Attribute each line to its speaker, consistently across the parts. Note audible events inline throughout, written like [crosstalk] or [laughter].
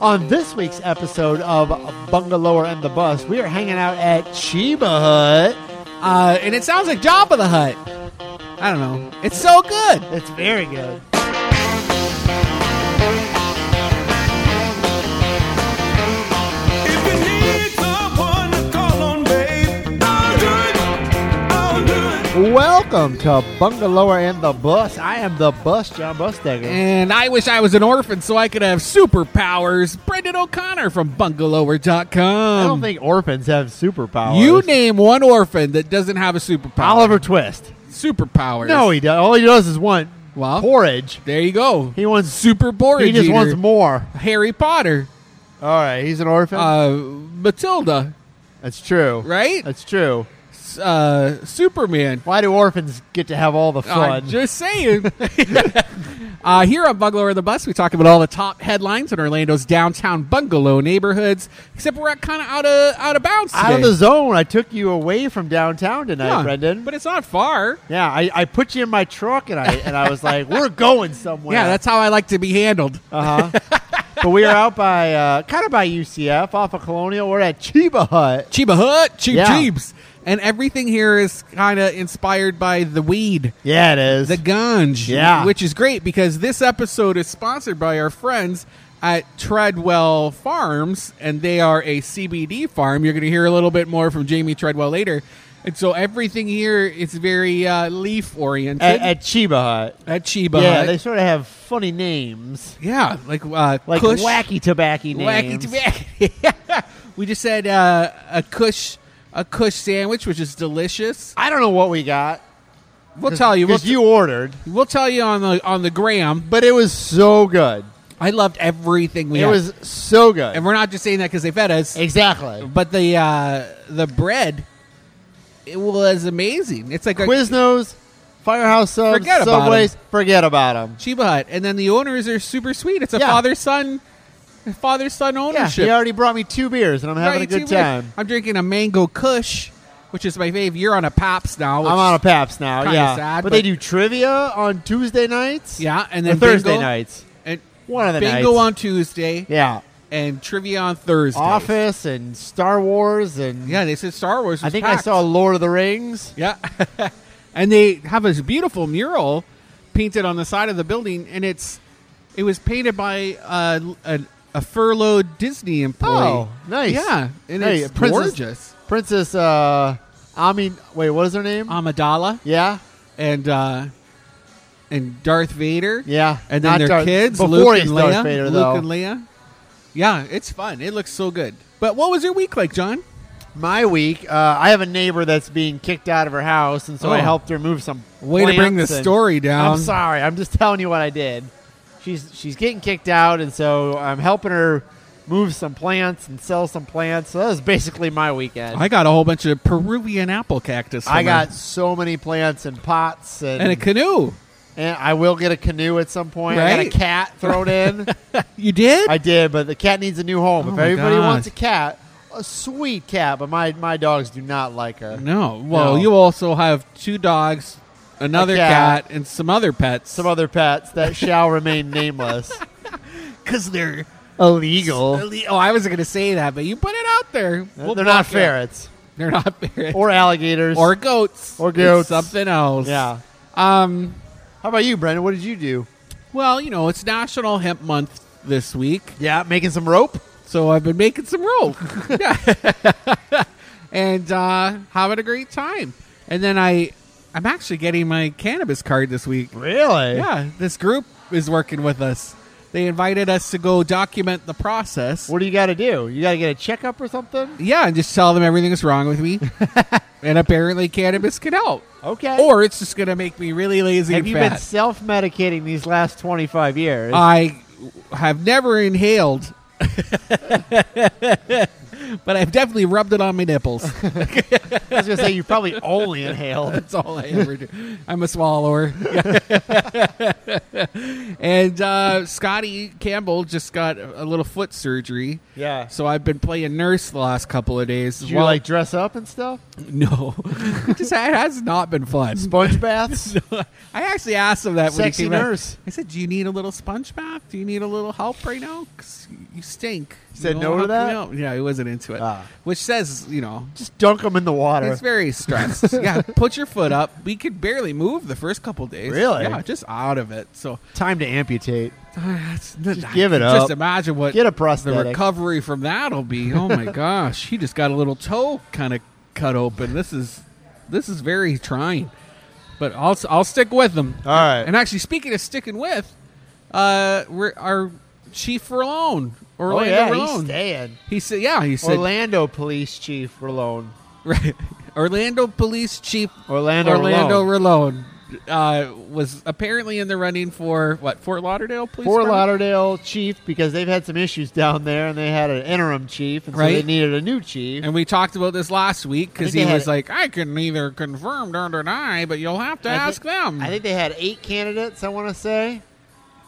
Speaker 1: On this week's episode of Bungalower and the Bus, we are hanging out at Chiba Hut.
Speaker 2: Uh, and it sounds like Jabba the Hut. I don't know. It's so good.
Speaker 1: It's very good.
Speaker 3: If you need someone to call on, babe, I'll do it. I'll do it.
Speaker 1: Welcome to Bungalower and the Bus. I am the bus, John Bustegger.
Speaker 2: And I wish I was an orphan so I could have superpowers. Brendan O'Connor from bungalower.com.
Speaker 1: I don't think orphans have superpowers.
Speaker 2: you name one orphan that doesn't have a superpower.
Speaker 1: Oliver Twist.
Speaker 2: Superpowers.
Speaker 1: No, he does. All he does is want
Speaker 2: Well,
Speaker 1: porridge.
Speaker 2: there you go.
Speaker 1: He wants
Speaker 2: Super boring.
Speaker 1: He just wants more.
Speaker 2: Harry Potter.
Speaker 1: All right, he's an orphan.
Speaker 2: Uh, Matilda.
Speaker 1: That's true.
Speaker 2: Right?
Speaker 1: That's true.
Speaker 2: Uh, Superman.
Speaker 1: Why do orphans get to have all the fun?
Speaker 2: I'm just saying. [laughs] uh, here on Bungalow or the Bus, we talk about all the top headlines in Orlando's downtown bungalow neighborhoods. Except we're kind of out of out of bounds.
Speaker 1: out of
Speaker 2: today.
Speaker 1: the zone. I took you away from downtown tonight,
Speaker 2: Yeah,
Speaker 1: Brendan.
Speaker 2: But it's not far.
Speaker 1: yeah, I, I put you in my truck and I and I was [laughs] like, we're going somewhere.
Speaker 2: Yeah, that's how I like to be handled.
Speaker 1: uh huh. but we are out by uh, kind of by UCF off of Colonial. We're at Chiba Hut.
Speaker 2: Chiba Hut, cheap
Speaker 1: Yeah.
Speaker 2: cheeps. And everything here is kind of inspired by the weed,
Speaker 1: Yeah, it is.
Speaker 2: the ganj,
Speaker 1: Yeah.
Speaker 2: which is great because this episode is sponsored by our friends at Treadwell Farms, and they are a CBD farm. You're going to hear a little bit more from Jamie Treadwell later. And so everything here is very uh, leaf oriented
Speaker 1: at, at Chiba Hut.
Speaker 2: at Chiba
Speaker 1: yeah,
Speaker 2: Hut.
Speaker 1: they sort of have funny names,
Speaker 2: yeah, like uh,
Speaker 1: like
Speaker 2: Kush.
Speaker 1: wacky tobacco
Speaker 2: [laughs]
Speaker 1: names.
Speaker 2: Wacky tobacco. we just had uh, a Kush a Kush sandwich, which is delicious.
Speaker 1: I don't know what we got.
Speaker 2: We'll tell you. We'll,
Speaker 1: because Oh, you ordered,
Speaker 2: we'll tell you on the on the gram.
Speaker 1: but it was so good.
Speaker 2: I loved everything we
Speaker 1: It
Speaker 2: had,
Speaker 1: was so good.
Speaker 2: and we're not just saying that because they fed us.
Speaker 1: exactly.
Speaker 2: but the uh, the bread, it was amazing. It's like a
Speaker 1: Quiznos, Firehouse subs,
Speaker 2: Forget about 'em.
Speaker 1: Subways, forget about them.
Speaker 2: Chiba Hut, and then the owners are super sweet. It's a
Speaker 1: Yeah.
Speaker 2: father son father son
Speaker 1: Yeah,
Speaker 2: ownership.
Speaker 1: he already brought me two beers, and I'm having a
Speaker 2: Right,
Speaker 1: good
Speaker 2: too, man.
Speaker 1: time.
Speaker 2: I'm drinking a mango Kush, which is my fave. You're on a Paps now. which-
Speaker 1: I'm on a Paps now,
Speaker 2: kinda
Speaker 1: yeah.
Speaker 2: sad,
Speaker 1: but, they
Speaker 2: but-
Speaker 1: do trivia on Tuesday nights,
Speaker 2: yeah, and
Speaker 1: or
Speaker 2: then
Speaker 1: Thursday
Speaker 2: bingo,
Speaker 1: nights.
Speaker 2: and
Speaker 1: One of the
Speaker 2: bingo
Speaker 1: nights.
Speaker 2: on Tuesday
Speaker 1: yeah,
Speaker 2: and trivia on Thursday.
Speaker 1: Office and Star Wars, and
Speaker 2: Yeah, they said Star Wars.
Speaker 1: I
Speaker 2: was
Speaker 1: think I
Speaker 2: packed.
Speaker 1: saw Lord of the Rings.
Speaker 2: Yeah, [laughs] and they have this beautiful mural painted on the side of the building, and it's it was painted by uh, a, a furloughed Disney employee.
Speaker 1: Oh, nice.
Speaker 2: Yeah, and
Speaker 1: Hey,
Speaker 2: it's
Speaker 1: Princess-
Speaker 2: gorgeous.
Speaker 1: Princess, uh, I mean, wait, what is her name?
Speaker 2: Um, Amidala
Speaker 1: yeah,
Speaker 2: and uh, and Darth Vader.
Speaker 1: yeah,
Speaker 2: and then
Speaker 1: Not
Speaker 2: their
Speaker 1: Darth-
Speaker 2: kids,
Speaker 1: before
Speaker 2: Luke
Speaker 1: he's
Speaker 2: and
Speaker 1: Darth
Speaker 2: Leia.
Speaker 1: Vader,
Speaker 2: Luke
Speaker 1: though.
Speaker 2: and Leia. Yeah, it's fun. It looks so good. But what was your week like, John?
Speaker 1: My week, uh, I have a neighbor that's being kicked out of her house, and so I
Speaker 2: Oh.
Speaker 1: helped her move some.
Speaker 2: Way to bring the
Speaker 1: plants and-
Speaker 2: story down.
Speaker 1: I'm sorry. I'm just telling you what I did. She's she's getting kicked out, and so I'm helping her move some plants and sell some plants. So that was basically my weekend.
Speaker 2: I got a whole bunch of Peruvian apple cactus.
Speaker 1: I
Speaker 2: from
Speaker 1: got
Speaker 2: her.
Speaker 1: so many plants and pots, and
Speaker 2: and a canoe.
Speaker 1: and I will get a canoe at some point. I got a
Speaker 2: Right?
Speaker 1: cat thrown
Speaker 2: [laughs]
Speaker 1: in.
Speaker 2: You did?
Speaker 1: I did, but the cat needs a new home.
Speaker 2: Oh
Speaker 1: if
Speaker 2: my
Speaker 1: everybody
Speaker 2: God.
Speaker 1: wants a cat, a sweet cat, but my my dogs do not like her.
Speaker 2: No. Well,
Speaker 1: No.
Speaker 2: you also have two dogs, another
Speaker 1: A cat.
Speaker 2: cat. and some other pets.
Speaker 1: Some other pets that shall remain
Speaker 2: [laughs]
Speaker 1: nameless.
Speaker 2: because they're
Speaker 1: Illegal.
Speaker 2: oh, I was going to say that, but you put it out there. We'll
Speaker 1: They're not
Speaker 2: block it.
Speaker 1: ferrets
Speaker 2: They're not [laughs] fair.
Speaker 1: or alligators.
Speaker 2: or goats
Speaker 1: Or
Speaker 2: It's
Speaker 1: goats.
Speaker 2: something else.
Speaker 1: yeah.
Speaker 2: Um.
Speaker 1: How about you, Brendan? What did you do?
Speaker 2: Well, you know, it's National Hemp Month this week,
Speaker 1: Yeah, making some rope.
Speaker 2: so I've been making some
Speaker 1: [laughs]
Speaker 2: rope. [laughs] Yeah. and uh, having a great time. And then I, I'm actually getting my cannabis card this week.
Speaker 1: Really?
Speaker 2: Yeah, this group is working with us. They invited us to go document the process.
Speaker 1: What do you got to do? You got to get a checkup or something?
Speaker 2: Yeah, and just tell them everything that's wrong
Speaker 1: [laughs]
Speaker 2: with me. and apparently, cannabis can help.
Speaker 1: Okay.
Speaker 2: Or it's just going to make me really lazy
Speaker 1: have
Speaker 2: and
Speaker 1: you Uh, been
Speaker 2: fat.
Speaker 1: self medicating these last 25 years? [laughs]
Speaker 2: I have never inhaled. but I've definitely rubbed it on
Speaker 1: [laughs]
Speaker 2: my nipples.
Speaker 1: I was gonna say you probably only inhaled.
Speaker 2: That's all I ever do. I'm a swallower. [laughs] and uh, Scotty Campbell just got a a little foot surgery.
Speaker 1: [laughs] Yeah.
Speaker 2: So I've been playing nurse the last couple of days.
Speaker 1: Did you
Speaker 2: Well,
Speaker 1: like dress up and stuff?
Speaker 2: [laughs] no, just that has not been
Speaker 1: [laughs]
Speaker 2: fun.
Speaker 1: Sponge baths?
Speaker 2: I actually asked him that
Speaker 1: Sexy
Speaker 2: when he came
Speaker 1: nurse.
Speaker 2: Out. I said, "Do you need a little sponge bath? Do you need a little help right now? Because you stink." You
Speaker 1: Said
Speaker 2: know,
Speaker 1: no to
Speaker 2: help me
Speaker 1: that?
Speaker 2: out." Yeah, he wasn't into it.
Speaker 1: Ah.
Speaker 2: Which says, you know,
Speaker 1: Just dunk them in the water.
Speaker 2: He's very [laughs] stressed. yeah, put your foot up. We could barely move the first couple days.
Speaker 1: Really?
Speaker 2: Yeah, just out of it. So
Speaker 1: Time to amputate.
Speaker 2: just
Speaker 1: give it up.
Speaker 2: Just imagine what
Speaker 1: Get a
Speaker 2: the
Speaker 1: prosthetic.
Speaker 2: recovery from that'll be.
Speaker 1: [laughs]
Speaker 2: Oh my gosh, he just got a little toe kind of cut open. This is this is very trying. But I'll s- I'll stick with him.
Speaker 1: All right.
Speaker 2: And actually, speaking of sticking with, uh, we're our chief Rallone,
Speaker 1: oh
Speaker 2: Orlando
Speaker 1: yeah, he's
Speaker 2: Rallone.
Speaker 1: staying.
Speaker 2: he said, yeah, he said,
Speaker 1: Orlando Police Chief Rallone.
Speaker 2: [laughs] right. Orlando Police Chief
Speaker 1: Orlando.
Speaker 2: Orlando
Speaker 1: Rallone.
Speaker 2: Rallone uh, was apparently in the running for what Fort Lauderdale Police.
Speaker 1: Fort
Speaker 2: Department?
Speaker 1: Lauderdale Chief because they've had some issues down there and they had an interim chief and so they
Speaker 2: Right.
Speaker 1: needed a new chief.
Speaker 2: And we talked about this last week
Speaker 1: I
Speaker 2: because
Speaker 1: think they
Speaker 2: he
Speaker 1: had
Speaker 2: was
Speaker 1: it-
Speaker 2: like, "I can neither confirm nor deny, but you'll have to
Speaker 1: I thi-
Speaker 2: ask them."
Speaker 1: I think they had eight candidates, I want to say,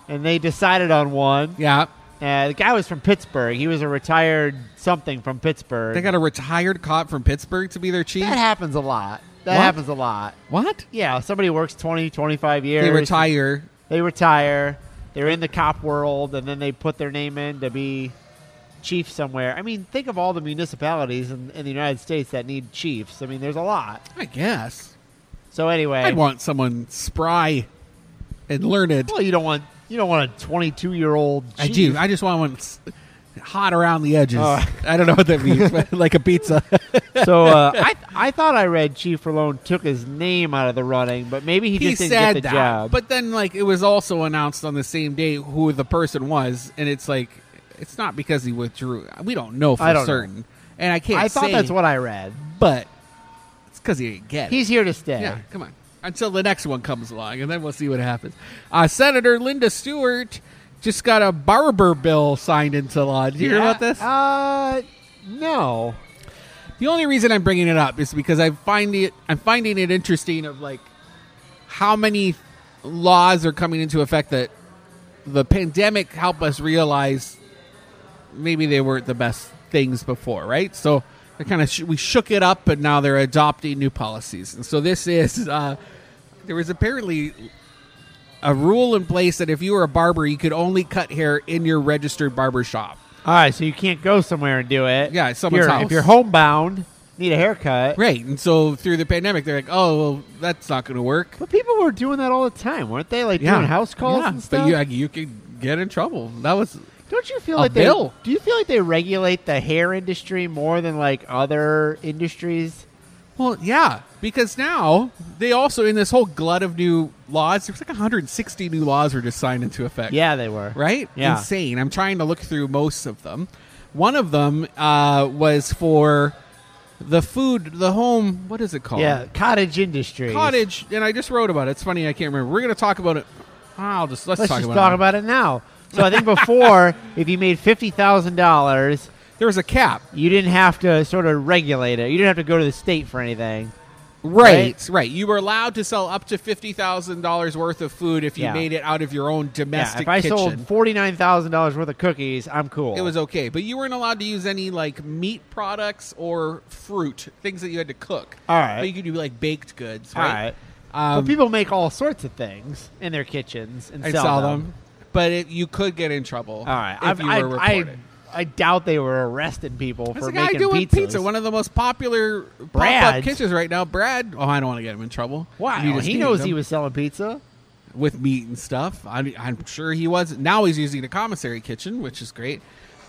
Speaker 1: and they decided on one.
Speaker 2: yeah,
Speaker 1: Uh, the guy was from Pittsburgh. He was a retired something from Pittsburgh.
Speaker 2: they got a retired cop from Pittsburgh to be their chief.
Speaker 1: that happens a lot. That
Speaker 2: What?
Speaker 1: happens a lot.
Speaker 2: what?
Speaker 1: Yeah, somebody works 20, 25 years.
Speaker 2: They retire.
Speaker 1: They retire. They're in the cop world, and then they put their name in to be chief somewhere. I mean, think of all the municipalities in, in the United States that need chiefs. I mean, there's a lot.
Speaker 2: I guess
Speaker 1: So anyway,
Speaker 2: I'd want someone spry and learned.
Speaker 1: well, you don't want you don't want a 22 year old. [laughs]
Speaker 2: I do. I just want one s- hot around the edges.
Speaker 1: Oh.
Speaker 2: I don't know what that means,
Speaker 1: [laughs]
Speaker 2: but like a pizza.
Speaker 1: So uh, I I thought I read Chief Rallone took his name out of the running, but maybe he,
Speaker 2: he
Speaker 1: just didn't get
Speaker 2: said
Speaker 1: the
Speaker 2: that,
Speaker 1: job.
Speaker 2: but then like it was also announced on the same day who the person was, and it's like it's not because he withdrew. We don't know for
Speaker 1: I don't know.
Speaker 2: certain, and I can't.
Speaker 1: I thought
Speaker 2: say,
Speaker 1: that's what I read.
Speaker 2: but it's because he didn't get it.
Speaker 1: He's here to stay.
Speaker 2: yeah, come on. Until the next one comes along, and then we'll see what happens. Uh, Senator Linda Stewart just got a barber bill signed into law. Did you hear
Speaker 1: Yeah,
Speaker 2: about this?
Speaker 1: Uh, no.
Speaker 2: The only reason I'm bringing it up is because I find it I'm finding it interesting of like how many laws are coming into effect that the pandemic helped us realize maybe they weren't the best things before, right? So they kind of sh- we shook it up, but now they're adopting new policies, and so this is [laughs] uh, there was apparently a rule in place that if you were a barber, you could only cut hair in your registered barber shop.
Speaker 1: All right, so you can't go somewhere and do it.
Speaker 2: Yeah, at someone's
Speaker 1: If you're-
Speaker 2: house.
Speaker 1: If you're homebound, need a haircut.
Speaker 2: Right, and so through the pandemic, they're like, "Oh, well, that's not going to work."
Speaker 1: But people were doing that all the time, weren't they? Like doing house calls
Speaker 2: Yeah,
Speaker 1: and stuff.
Speaker 2: But you, like, you could get in trouble. That was
Speaker 1: Don't you feel
Speaker 2: A
Speaker 1: like
Speaker 2: bill.
Speaker 1: they? Do you feel like they regulate the hair industry more than like other industries?
Speaker 2: well, yeah, because now they also in this whole glut of new laws. There's like 160 new laws were just signed into effect.
Speaker 1: Yeah, they were.
Speaker 2: right?
Speaker 1: Yeah.
Speaker 2: Insane. I'm trying to look through most of them. One of them uh, was for the food, the home. What is it called?
Speaker 1: Yeah, cottage industry.
Speaker 2: cottage. And I just wrote about it. It's funny. I can't remember. We're going to talk about it. I'll just let's,
Speaker 1: Let's
Speaker 2: talk
Speaker 1: just
Speaker 2: about
Speaker 1: talk
Speaker 2: it. now.
Speaker 1: about it now. So I think
Speaker 2: [laughs]
Speaker 1: before, if you made fifty thousand dollars,
Speaker 2: There was a cap.
Speaker 1: you didn't have to sort of regulate it. You didn't have to go to the state for anything.
Speaker 2: Right, right. You were allowed to sell up to fifty thousand dollars worth of food if you
Speaker 1: Yeah.
Speaker 2: made it out of your own
Speaker 1: Yeah,
Speaker 2: domestic
Speaker 1: if I
Speaker 2: kitchen.
Speaker 1: sold forty nine thousand dollars worth of cookies, I'm cool.
Speaker 2: it was okay, but you weren't allowed to use any like meat products or fruit things that you had to cook.
Speaker 1: All right.
Speaker 2: but you could do like baked goods.
Speaker 1: all
Speaker 2: Right,
Speaker 1: right.
Speaker 2: Um,
Speaker 1: but people make all sorts of things in their kitchens and
Speaker 2: I
Speaker 1: sell
Speaker 2: saw
Speaker 1: them.
Speaker 2: them, but it, you could get in trouble.
Speaker 1: All right,
Speaker 2: if
Speaker 1: I've-
Speaker 2: you
Speaker 1: I,
Speaker 2: were
Speaker 1: I,
Speaker 2: reported.
Speaker 1: I doubt they were arresting people
Speaker 2: There's
Speaker 1: for
Speaker 2: a guy
Speaker 1: making
Speaker 2: doing
Speaker 1: pizzas.
Speaker 2: pizza, one of the most popular pop-up
Speaker 1: Brad's.
Speaker 2: kitchens right now. Brad. Oh, I don't want to get him in trouble.
Speaker 1: wow,
Speaker 2: You just
Speaker 1: Oh, he
Speaker 2: named
Speaker 1: knows
Speaker 2: him.
Speaker 1: he was selling pizza.
Speaker 2: with meat and stuff. I, I'm sure he was. Now he's using a commissary kitchen, which is great.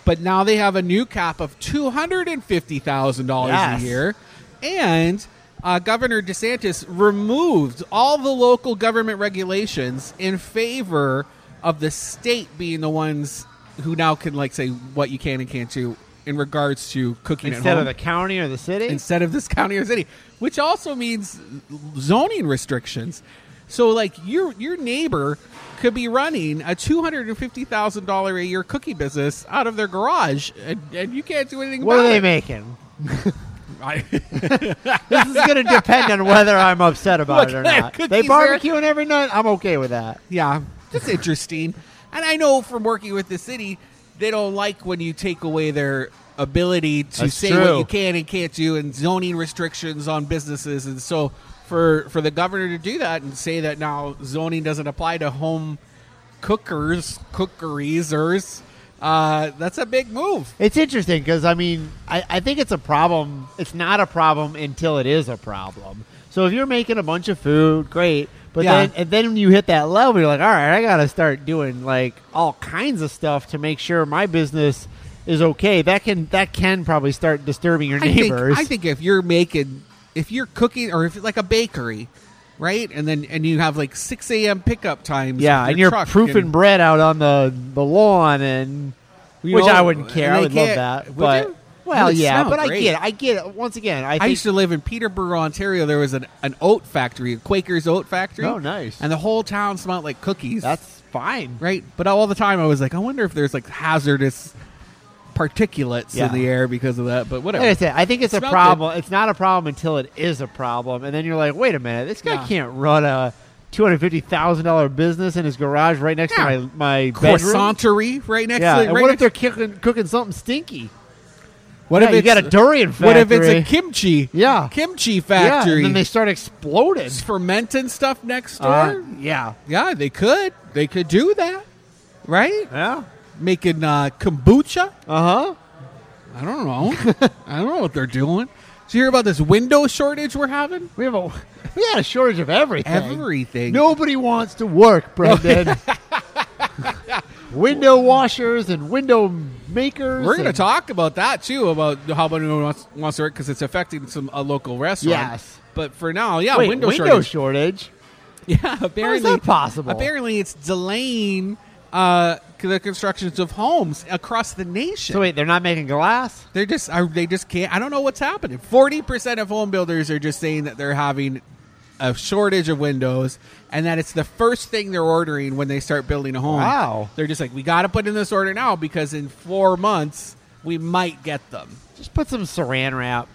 Speaker 2: But now they have a new cap of two hundred and fifty thousand dollars
Speaker 1: Yes.
Speaker 2: a year, and uh, Governor DeSantis removed all the local government regulations in favor of the state being the ones who now can like say what you can and can't do in regards to cooking at
Speaker 1: Instead
Speaker 2: home
Speaker 1: of the county or the city,
Speaker 2: [laughs] instead of this county or city, which also means zoning restrictions. So like your your neighbor could be running a two hundred and fifty thousand dollar a year cookie business out of their garage, and, and you can't do anything.
Speaker 1: What
Speaker 2: about
Speaker 1: are they
Speaker 2: it.
Speaker 1: making?
Speaker 2: [laughs] I-
Speaker 1: This is going to depend on whether I'm upset about
Speaker 2: Look
Speaker 1: it or
Speaker 2: at that
Speaker 1: not.
Speaker 2: cookies
Speaker 1: They
Speaker 2: there.
Speaker 1: barbecuing every night. I'm okay with that.
Speaker 2: Yeah, that's interesting. And I know from working with the city, they don't like when you take away their ability to
Speaker 1: That's
Speaker 2: say
Speaker 1: true.
Speaker 2: what you can and can't do, and zoning restrictions on businesses. And so, for for the governor to do that and say that now zoning doesn't apply to home cookers, cookeriesers, uh, that's a big move.
Speaker 1: It's interesting because I mean, I, I think it's a problem. It's not a problem until it is a problem. So if you're making a bunch of food, great. But
Speaker 2: Yeah.
Speaker 1: then, and then when you hit that level, you're like, all right, I got to start doing like all kinds of stuff to make sure my business is okay. That can that can probably start disturbing your
Speaker 2: I think,
Speaker 1: neighbors.
Speaker 2: I think if you're making, if you're cooking, or if like a bakery. Right, and then and you have like six a.m. pickup times.
Speaker 1: yeah,
Speaker 2: with
Speaker 1: and
Speaker 2: your
Speaker 1: you're
Speaker 2: truck
Speaker 1: proofing
Speaker 2: and-
Speaker 1: bread out on the the lawn and
Speaker 2: You
Speaker 1: which
Speaker 2: know,
Speaker 1: I wouldn't care.
Speaker 2: and
Speaker 1: I
Speaker 2: they
Speaker 1: would love
Speaker 2: can't-
Speaker 1: that.
Speaker 2: would
Speaker 1: but
Speaker 2: you?
Speaker 1: well,
Speaker 2: It would
Speaker 1: yeah,
Speaker 2: smell
Speaker 1: but I
Speaker 2: great.
Speaker 1: get it. I get it. Once again, I,
Speaker 2: I
Speaker 1: think
Speaker 2: used to live in Peterborough, Ontario. There was an, an oat factory, a Quaker's oat factory.
Speaker 1: Oh, nice.
Speaker 2: And the whole town smelled like cookies.
Speaker 1: that's fine.
Speaker 2: right. But all the time, I was like, I wonder if there's like hazardous particulates
Speaker 1: Yeah.
Speaker 2: in the air because of that. But whatever.
Speaker 1: Like I said, I think it's a
Speaker 2: Smelled
Speaker 1: problem. It's not a problem until it is a problem, and then you're like, wait a minute, this guy
Speaker 2: Yeah.
Speaker 1: can't run a two hundred fifty thousand dollar business in his garage right next
Speaker 2: Yeah.
Speaker 1: to my my bedroom.
Speaker 2: Croissantery right next
Speaker 1: Yeah,
Speaker 2: to
Speaker 1: and
Speaker 2: right
Speaker 1: what if
Speaker 2: next-
Speaker 1: they're cooking, cooking something stinky?
Speaker 2: what
Speaker 1: Yeah,
Speaker 2: if
Speaker 1: you
Speaker 2: it's,
Speaker 1: got a durian factory?
Speaker 2: What if it's a kimchi?
Speaker 1: Yeah.
Speaker 2: Kimchi
Speaker 1: yeah,
Speaker 2: factory.
Speaker 1: and then they start exploding.
Speaker 2: It's fermenting stuff next door.
Speaker 1: Uh, yeah,
Speaker 2: yeah, they could. They could do that. Right?
Speaker 1: yeah,
Speaker 2: Making uh, kombucha.
Speaker 1: uh huh.
Speaker 2: I don't know. I don't know what they're doing. Did you hear about this window shortage we're having?
Speaker 1: We have a [laughs] we had a shortage of everything.
Speaker 2: Everything.
Speaker 1: Nobody wants to work,
Speaker 2: [laughs]
Speaker 1: Brendan. window washers and window makers.
Speaker 2: We're going to
Speaker 1: and-
Speaker 2: talk about that too about how many wants, wants to work because it's affecting some a local restaurant.
Speaker 1: Yes.
Speaker 2: But for now, yeah,
Speaker 1: [laughs] Wait,
Speaker 2: window,
Speaker 1: window
Speaker 2: shortage.
Speaker 1: shortage.
Speaker 2: [laughs] yeah, apparently
Speaker 1: that possible?
Speaker 2: Apparently, it's delaying uh, the constructions of homes across the nation.
Speaker 1: So wait, they're not making glass?
Speaker 2: They're just are, they just can't. I don't know what's happening. Forty percent of home builders are just saying that they're having a shortage of windows, and that it's the first thing they're ordering when they start building a home.
Speaker 1: Wow.
Speaker 2: They're just like, we got to put in this order now because in four months we might get them.
Speaker 1: Just put some saran [laughs] wrap,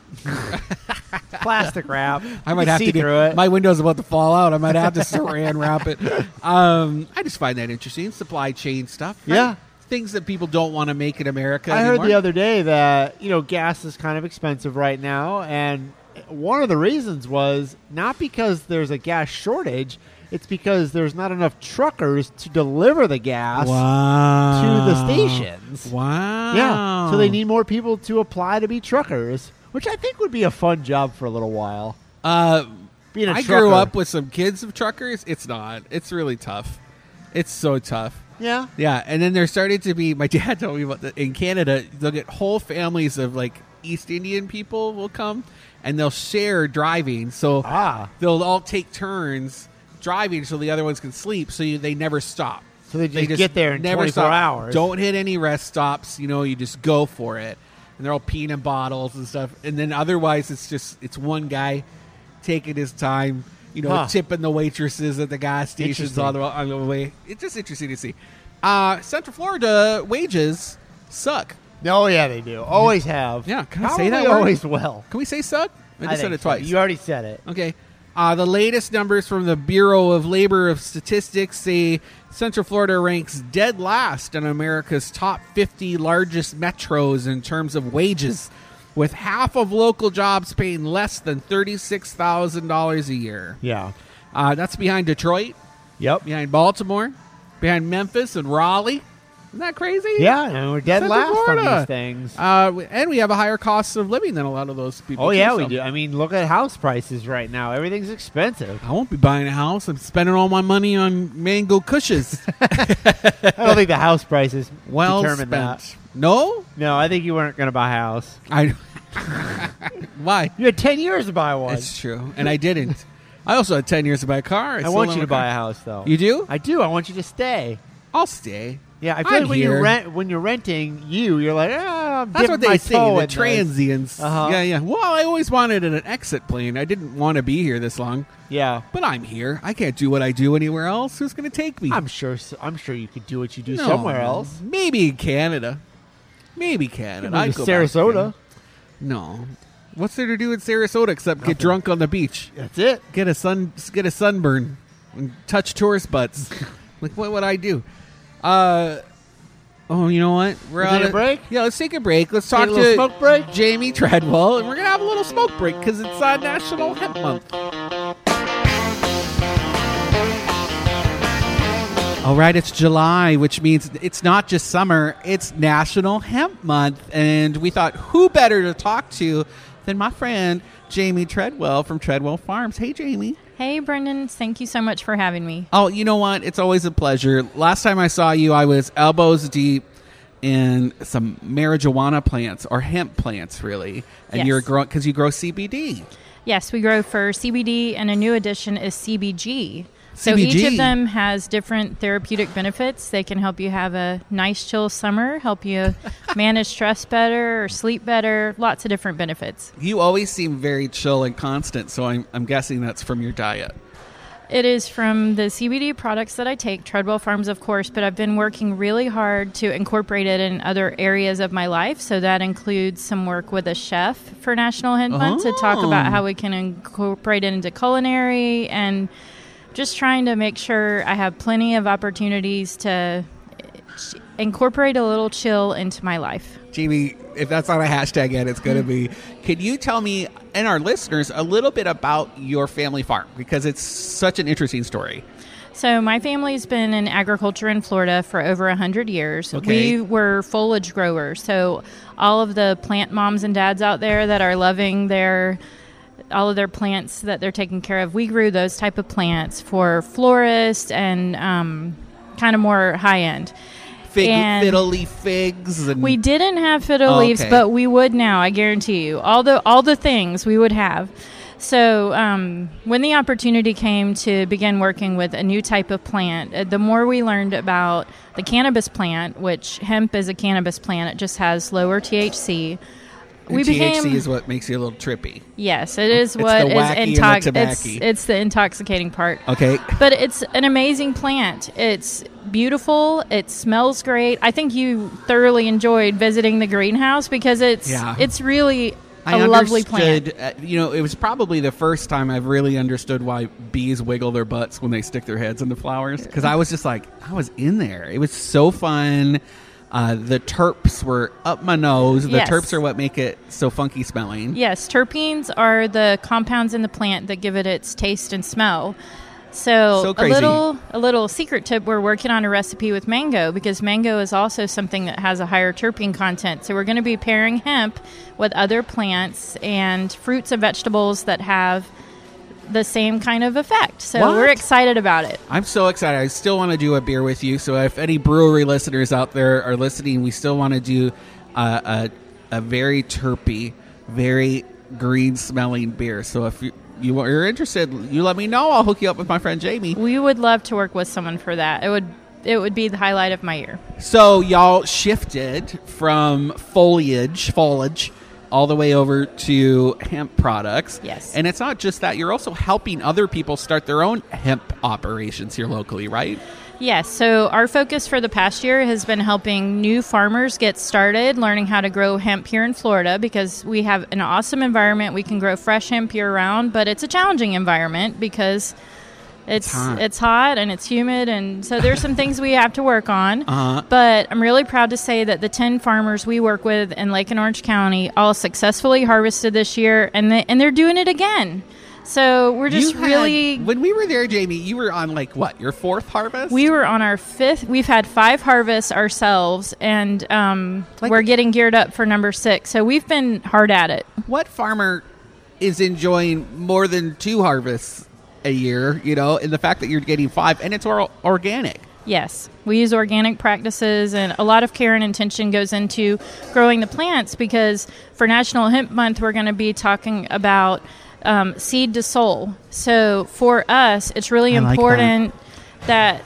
Speaker 1: plastic wrap.
Speaker 2: I
Speaker 1: You
Speaker 2: might
Speaker 1: can
Speaker 2: have
Speaker 1: see
Speaker 2: to do-
Speaker 1: through it.
Speaker 2: My window's about to fall out. I might
Speaker 1: [laughs]
Speaker 2: have to saran wrap it. Um, I just find that interesting. Supply chain stuff. right?
Speaker 1: Yeah.
Speaker 2: Things that people don't want to make in America.
Speaker 1: I heard
Speaker 2: anymore.
Speaker 1: the other day that you know gas is kind of expensive right now, and one of the reasons was not because there's a gas shortage. It's because there's not enough truckers to deliver the gas.
Speaker 2: wow.
Speaker 1: to the stations.
Speaker 2: Wow.
Speaker 1: Yeah, so they need more people to apply to be truckers, which I think would be a fun job for a little while.
Speaker 2: Uh,
Speaker 1: Being a
Speaker 2: I
Speaker 1: trucker.
Speaker 2: grew up with some kids of truckers. It's not. It's really tough. It's so tough.
Speaker 1: Yeah,
Speaker 2: Yeah, and then there started to be. My [laughs] dad told me about the, in Canada. They'll get whole families of like East Indian people will come, and they'll share driving. So
Speaker 1: Ah.
Speaker 2: they'll all take turns driving, so the other ones can sleep. So you, they never stop.
Speaker 1: So they just get there in 24
Speaker 2: stop.
Speaker 1: hours.
Speaker 2: Don't hit any rest stops. You know, you just go for it. And they're all peeing in bottles and stuff. And then otherwise, it's just it's one guy taking his time. You know,
Speaker 1: Huh.
Speaker 2: tipping the waitresses at the gas stations
Speaker 1: Interesting.
Speaker 2: on the, on the way. It's just interesting to see. Uh, Central Florida wages suck.
Speaker 1: Oh yeah, they do. Always have.
Speaker 2: Yeah, can I
Speaker 1: Probably
Speaker 2: say that word?
Speaker 1: always will.
Speaker 2: Can we say suck? I just
Speaker 1: I
Speaker 2: said
Speaker 1: think
Speaker 2: it
Speaker 1: so.
Speaker 2: twice.
Speaker 1: You already said it.
Speaker 2: Okay. Uh, the latest numbers from the Bureau of Labor of Statistics say Central Florida ranks dead last in America's top 50 largest metros in terms of wages, with half of local jobs paying less than $36,000 a year.
Speaker 1: Yeah.
Speaker 2: Uh, that's behind Detroit,
Speaker 1: Yep. Yeah,
Speaker 2: behind Baltimore, behind Memphis and Raleigh. Isn't that crazy?
Speaker 1: and we're dead
Speaker 2: Central
Speaker 1: last on
Speaker 2: Florida.
Speaker 1: these things.
Speaker 2: Uh, we- and we have a higher cost of living than a lot of those people.
Speaker 1: oh
Speaker 2: too,
Speaker 1: yeah, we
Speaker 2: so.
Speaker 1: do. I mean, look at house prices right now. Everything's expensive.
Speaker 2: I won't be buying a house. I'm spending all my money on
Speaker 1: [laughs]
Speaker 2: mango cushions. [laughs]
Speaker 1: I don't think the house prices
Speaker 2: well
Speaker 1: determine
Speaker 2: spent.
Speaker 1: that.
Speaker 2: No,
Speaker 1: No, I think you weren't going to buy a house.
Speaker 2: I. [laughs] Why?
Speaker 1: You had ten years to buy one.
Speaker 2: It's true, and I didn't. I also had ten years to buy a car.
Speaker 1: I want you to buy a house, though.
Speaker 2: You do?
Speaker 1: I do. I want you to stay.
Speaker 2: I'll stay.
Speaker 1: Yeah, I feel
Speaker 2: I'm
Speaker 1: like when you
Speaker 2: here.
Speaker 1: rent when you're renting, you you're like, ah, I'm
Speaker 2: That's
Speaker 1: dipping
Speaker 2: what they
Speaker 1: my
Speaker 2: say.
Speaker 1: toe in
Speaker 2: The
Speaker 1: this.
Speaker 2: transients.
Speaker 1: Uh-huh.
Speaker 2: Yeah, yeah. Well, I always wanted an exit plane. I didn't want to be here this long,
Speaker 1: Yeah,
Speaker 2: but I'm here. I can't do what I do anywhere else. Who's going to take me?
Speaker 1: I'm sure. s- I'm sure you could do what you do
Speaker 2: No,
Speaker 1: somewhere
Speaker 2: no.
Speaker 1: else.
Speaker 2: Maybe Canada. Maybe Canada.
Speaker 1: Maybe
Speaker 2: I'd go back to
Speaker 1: Sarasota.
Speaker 2: Canada. No. What's there to do in Sarasota except get drunk on the beach,
Speaker 1: That's it.
Speaker 2: get a sun, get a sunburn, and touch
Speaker 1: [laughs]
Speaker 2: tourist butts? like what would I do? Uh, oh, you know what? We're
Speaker 1: We'll
Speaker 2: out
Speaker 1: take a
Speaker 2: of-
Speaker 1: break?
Speaker 2: Yeah, let's take a break. Let's talk
Speaker 1: a
Speaker 2: to
Speaker 1: little smoke break?
Speaker 2: Jamie Treadwell, and we're gonna have a little smoke break because it's uh, National Hemp Month. All right, it's July, which means it's not just summer, it's National Hemp Month. And we thought, who better to talk to than my friend, Jamie Treadwell from Treadwell Farms? Hey, Jamie.
Speaker 4: Hey, Brendan. Thank you so much for having me.
Speaker 2: Oh, you know what? It's always a pleasure. Last time I saw you, I was elbows deep in some marijuana plants or hemp plants, really. And
Speaker 4: Yes.
Speaker 2: you're growing because you grow CBD.
Speaker 4: Yes, we grow for CBD, and a new addition is CBG. So each
Speaker 2: CBG.
Speaker 4: of them has different therapeutic benefits. They can help you have a nice, chill summer, help you [laughs] manage stress better or sleep better, lots of different benefits.
Speaker 2: You always seem very chill and constant, so I'm, I'm guessing that's from your diet.
Speaker 4: It is from the CBD products that I take, Treadwell Farms, of course, but I've been working really hard to incorporate it in other areas of my life. So that includes some work with a chef for National Hemp Month to talk
Speaker 2: Oh.
Speaker 4: about how we can incorporate it into culinary and just trying to make sure I have plenty of opportunities to incorporate a little chill into my life.
Speaker 2: Jamie, if that's not a hashtag yet, it's
Speaker 4: Mm-hmm.
Speaker 2: going to be. Can you tell me and our listeners a little bit about your family farm? Because it's such an interesting story.
Speaker 4: So my family's been in agriculture in Florida for over 100 years.
Speaker 2: Okay.
Speaker 4: We were foliage growers. So all of the plant moms and dads out there that are loving their all of their plants that they're taking care of, we grew those type of plants for florists and um, kind of more high end.
Speaker 2: Fig,
Speaker 4: And-
Speaker 2: fiddle leaf figs. And,
Speaker 4: We didn't have fiddle
Speaker 2: Oh,
Speaker 4: leaves,
Speaker 2: okay.
Speaker 4: but we would now. I guarantee you, all the all the things we would have. So um, when the opportunity came to begin working with a new type of plant, uh, the more we learned about the cannabis plant, which hemp is a cannabis plant, it just has lower THC.
Speaker 2: and
Speaker 4: we
Speaker 2: THC
Speaker 4: became-
Speaker 2: is what makes you a little trippy.
Speaker 4: Yes, it is
Speaker 2: It's
Speaker 4: what
Speaker 2: the
Speaker 4: is
Speaker 2: wacky and the
Speaker 4: intox- it's,
Speaker 2: tobacky.
Speaker 4: it's the intoxicating part.
Speaker 2: Okay.
Speaker 4: But it's an amazing plant. It's beautiful. It smells great. I think you thoroughly enjoyed visiting the greenhouse because it's
Speaker 2: Yeah.
Speaker 4: it's really a
Speaker 2: I
Speaker 4: lovely
Speaker 2: understood,
Speaker 4: plant.
Speaker 2: Uh, you know, it was probably the first time I've really understood why bees wiggle their butts when they stick their heads into flowers. Because I was just like, I was in there. It was so fun. Uh, the terps were up my nose. The
Speaker 4: Yes.
Speaker 2: terps are what make it so funky smelling.
Speaker 4: Yes, terpenes are the compounds in the plant that give it its taste and smell. So,
Speaker 2: So
Speaker 4: a
Speaker 2: crazy.
Speaker 4: little a little secret tip we're working on a recipe with mango because mango is also something that has a higher terpene content. So we're going to be pairing hemp with other plants and fruits and vegetables that have the same kind of effect. So
Speaker 2: What?
Speaker 4: we're excited about it.
Speaker 2: I'm so excited. I still want to do a beer with you. So if any brewery listeners out there are listening, we still want to do uh, a a very terpy, very green smelling beer. So if you, you are interested, you let me know. I'll hook you up with my friend Jamie.
Speaker 4: We would love to work with someone for that. It would it would be the highlight of my year.
Speaker 2: So y'all shifted from foliage, foliage, all the way over to hemp products.
Speaker 4: Yes.
Speaker 2: and it's not just that. You're also helping other people start their own hemp operations here locally, right?
Speaker 4: Yes, so our focus for the past year has been helping new farmers get started learning how to grow hemp here in Florida because we have an awesome environment. We can grow fresh hemp year round, but it's a challenging environment because it's it's
Speaker 2: hot.
Speaker 4: hot, and it's humid and so there's some things we have to work on.
Speaker 2: Uh-huh.
Speaker 4: But I'm really proud to say that the 10 farmers we work with in Lake and Orange County all successfully harvested this year and they, and they're doing it again. So we're just
Speaker 2: You had-
Speaker 4: really
Speaker 2: When we were there, Jamie, you were on like what your fourth harvest?
Speaker 4: we were on our fifth. We've had five harvests ourselves, and um,
Speaker 2: Like-
Speaker 4: we're getting geared up for number six. So we've been hard at it.
Speaker 2: what farmer is enjoying more than two harvests a year? You know, and the fact that you're getting five and it's all organic.
Speaker 4: Yes, we use organic practices, and a lot of care and intention goes into growing the plants because for National Hemp Month, we're going to be talking about um, seed to soul. So for us, it's really
Speaker 2: I like that.
Speaker 4: important that.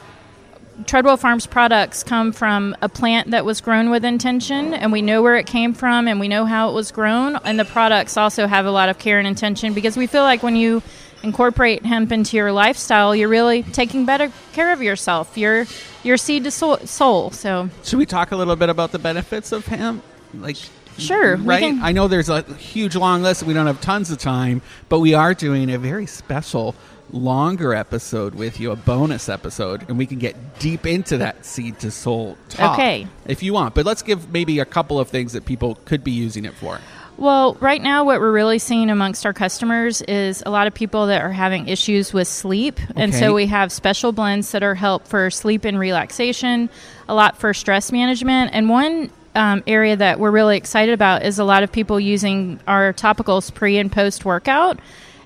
Speaker 4: Treadwell Farms products come from a plant that was grown with intention, and we know where it came from, and we know how it was grown. And the products also have a lot of care and intention because we feel like when you incorporate hemp into your lifestyle, you're really taking better care of yourself. You're your seed to soul. soul. So
Speaker 5: Should we talk a little bit about the benefits of hemp? Like,
Speaker 4: Sure, we
Speaker 5: right?
Speaker 4: can-
Speaker 5: I know there's a huge long list. We don't have tons of time, but we are doing a very special, longer episode with you, a bonus episode, and we can get deep into that seed to soul talk
Speaker 4: Okay.
Speaker 5: if you want. But let's give maybe a couple of things that people could be using it for.
Speaker 4: Well, right now, what we're really seeing amongst our customers is a lot of people that are having issues with sleep. And
Speaker 5: Okay.
Speaker 4: so we have special blends that are help for sleep and relaxation, a lot for stress management. And one um, area that we're really excited about is a lot of people using our topicals pre and post workout.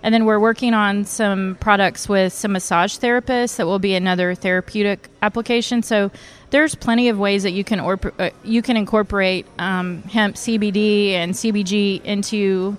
Speaker 4: And then we're working on some products with some massage therapists that will be another therapeutic application. So there's plenty of ways that you can orp uh, you can incorporate um, hemp CBD and CBG into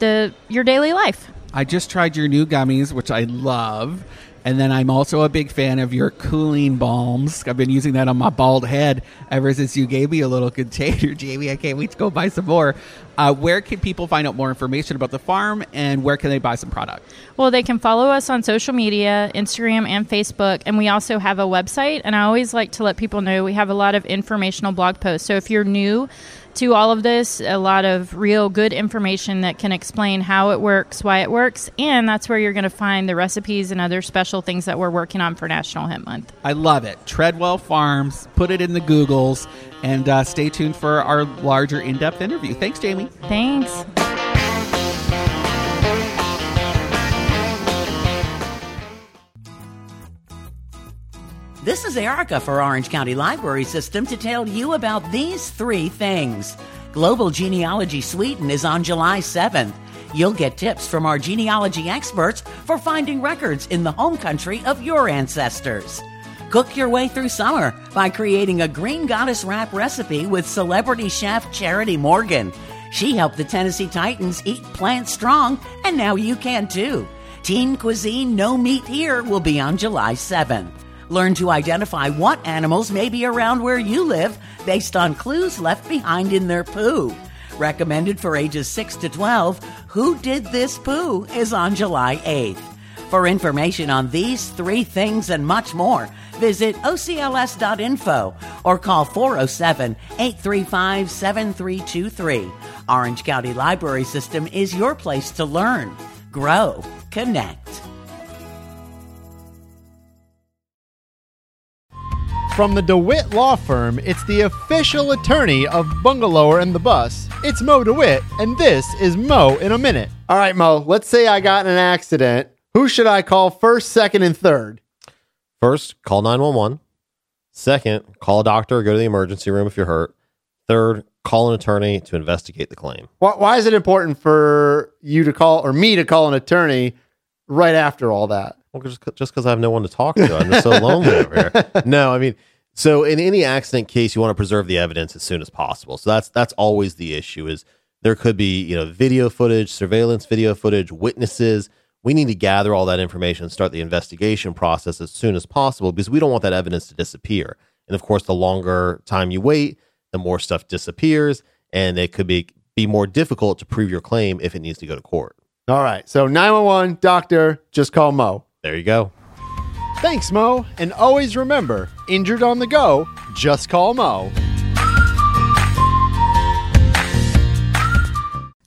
Speaker 4: the your daily life.
Speaker 5: I just tried your new gummies, which I love. And then I'm also a big fan of your cooling balms. I've been using that on my bald head ever since you gave me a little [laughs] container, Jamie. I can't wait to go buy some more. Uh, where can people find out more information about the farm and where can they buy some product?
Speaker 4: Well, they can follow us on social media, Instagram and Facebook, and we also have a website. And I always like to let people know we have a lot of informational blog posts. So if you're new to all of this, a lot of real good information that can explain how it works, why it works, and that's where you're going to find the recipes and other special things that we're working on for National Hemp Month.
Speaker 5: I love it. Treadwell Farms, put it in the Googles, and uh, stay tuned for our larger in depth interview. Thanks, Jamie.
Speaker 4: Thanks.
Speaker 6: This is Erica for Orange County Library System to tell you about these three things. Global Genealogy Sweden is on July 7th. You'll get tips from our genealogy experts for finding records in the home country of your ancestors. Cook your way through summer by creating a Green Goddess wrap recipe with celebrity chef Charity Morgan. She helped the Tennessee Titans eat plants strong, and now you can too. Teen Cuisine No Meat Here will be on July 7th. Learn to identify what animals may be around where you live based on clues left behind in their poo. Recommended for ages 6 to 12, Who Did This Poo is on July 8th. For information on these three things and much more, visit ocls.info or call 407 835 7323. Orange County Library System is your place to learn, grow, connect.
Speaker 7: From the DeWitt Law Firm, it's the official attorney of Bungalower and the Bus. It's Mo DeWitt, and this is Mo in a Minute. All right, Mo, let's say I got in an accident. Who should I call first, second, and third?
Speaker 8: First, call 911. Second, call a doctor or go to the emergency room if you're hurt. Third, call an attorney to investigate the claim.
Speaker 7: Why, why is it important for you to call or me to call an attorney right after all that?
Speaker 8: Well, just just because I have no one to talk to, I'm just so lonely over here. No, I mean, so in any accident case, you want to preserve the evidence as soon as possible. So that's that's always the issue. Is there could be you know video footage, surveillance video footage, witnesses. We need to gather all that information and start the investigation process as soon as possible because we don't want that evidence to disappear. And of course, the longer time you wait, the more stuff disappears, and it could be be more difficult to prove your claim if it needs to go to court.
Speaker 7: All right, so 911, doctor, just call Mo.
Speaker 8: There you go.
Speaker 7: Thanks, Mo. And always remember injured on the go, just call Mo.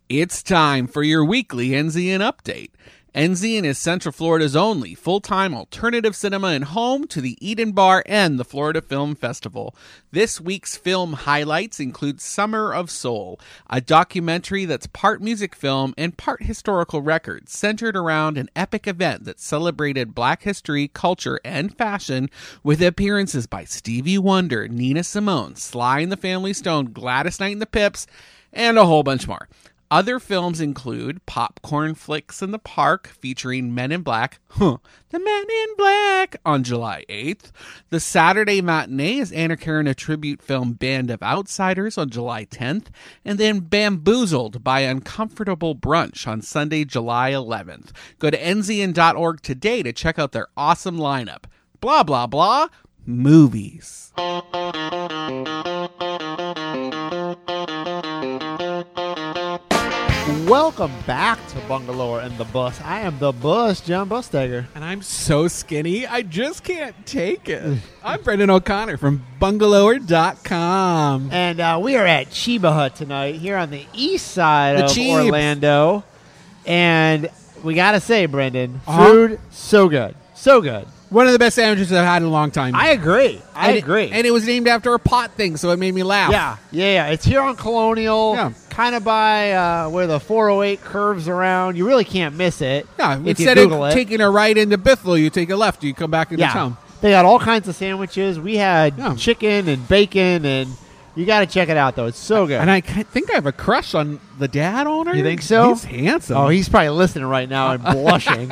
Speaker 2: It's time for your weekly Enzian update. Enzian is Central Florida's only full time alternative cinema and home to the Eden Bar and the Florida Film Festival. This week's film highlights include Summer of Soul, a documentary that's part music film and part historical record, centered around an epic event that celebrated black history, culture, and fashion with appearances by Stevie Wonder, Nina Simone, Sly and the Family Stone, Gladys Knight and the Pips, and a whole bunch more. Other films include Popcorn Flicks in the Park featuring Men in Black, huh, The Men in Black on July 8th. The Saturday matinee is Anna Karenina tribute film Band of Outsiders on July 10th, and then Bamboozled by Uncomfortable Brunch on Sunday, July 11th. Go to nzn.org today to check out their awesome lineup. Blah, blah, blah.
Speaker 5: movies.
Speaker 1: Welcome back to Bungalower and the Bus. I am the Bus, John Bustegger.
Speaker 2: And I'm so skinny, I just can't take
Speaker 1: Mm.
Speaker 2: it. I'm Brendan O'Connor from bungalower.com.
Speaker 1: And uh, we are at Chiba Hut tonight here on the east side
Speaker 2: The
Speaker 1: of
Speaker 2: Cheebs.
Speaker 1: Orlando. And we got to say, Brendan,
Speaker 2: Uh-huh.
Speaker 1: food so good. So good.
Speaker 2: One of the best sandwiches I've had in a long time.
Speaker 1: I agree. I
Speaker 2: And it-
Speaker 1: agree.
Speaker 2: and it was named after a pot thing, so it made me laugh.
Speaker 1: yeah, yeah, yeah. It's here on Colonial,
Speaker 2: Yeah.
Speaker 1: kind of by uh, where the 408 curves around. You really can't miss it.
Speaker 2: Yeah,
Speaker 1: if you
Speaker 2: instead of
Speaker 1: Google it.
Speaker 2: taking a right into Bithel, you take a left, you come back into
Speaker 1: yeah.
Speaker 2: town.
Speaker 1: They got all kinds of sandwiches. We had
Speaker 2: Yeah.
Speaker 1: chicken and bacon, and you got to check it out, though. It's so good.
Speaker 2: And I ca- think I have a crush on the dad owner.
Speaker 1: You think so?
Speaker 2: He's handsome.
Speaker 1: oh, he's probably listening right now
Speaker 2: [laughs]
Speaker 1: and blushing.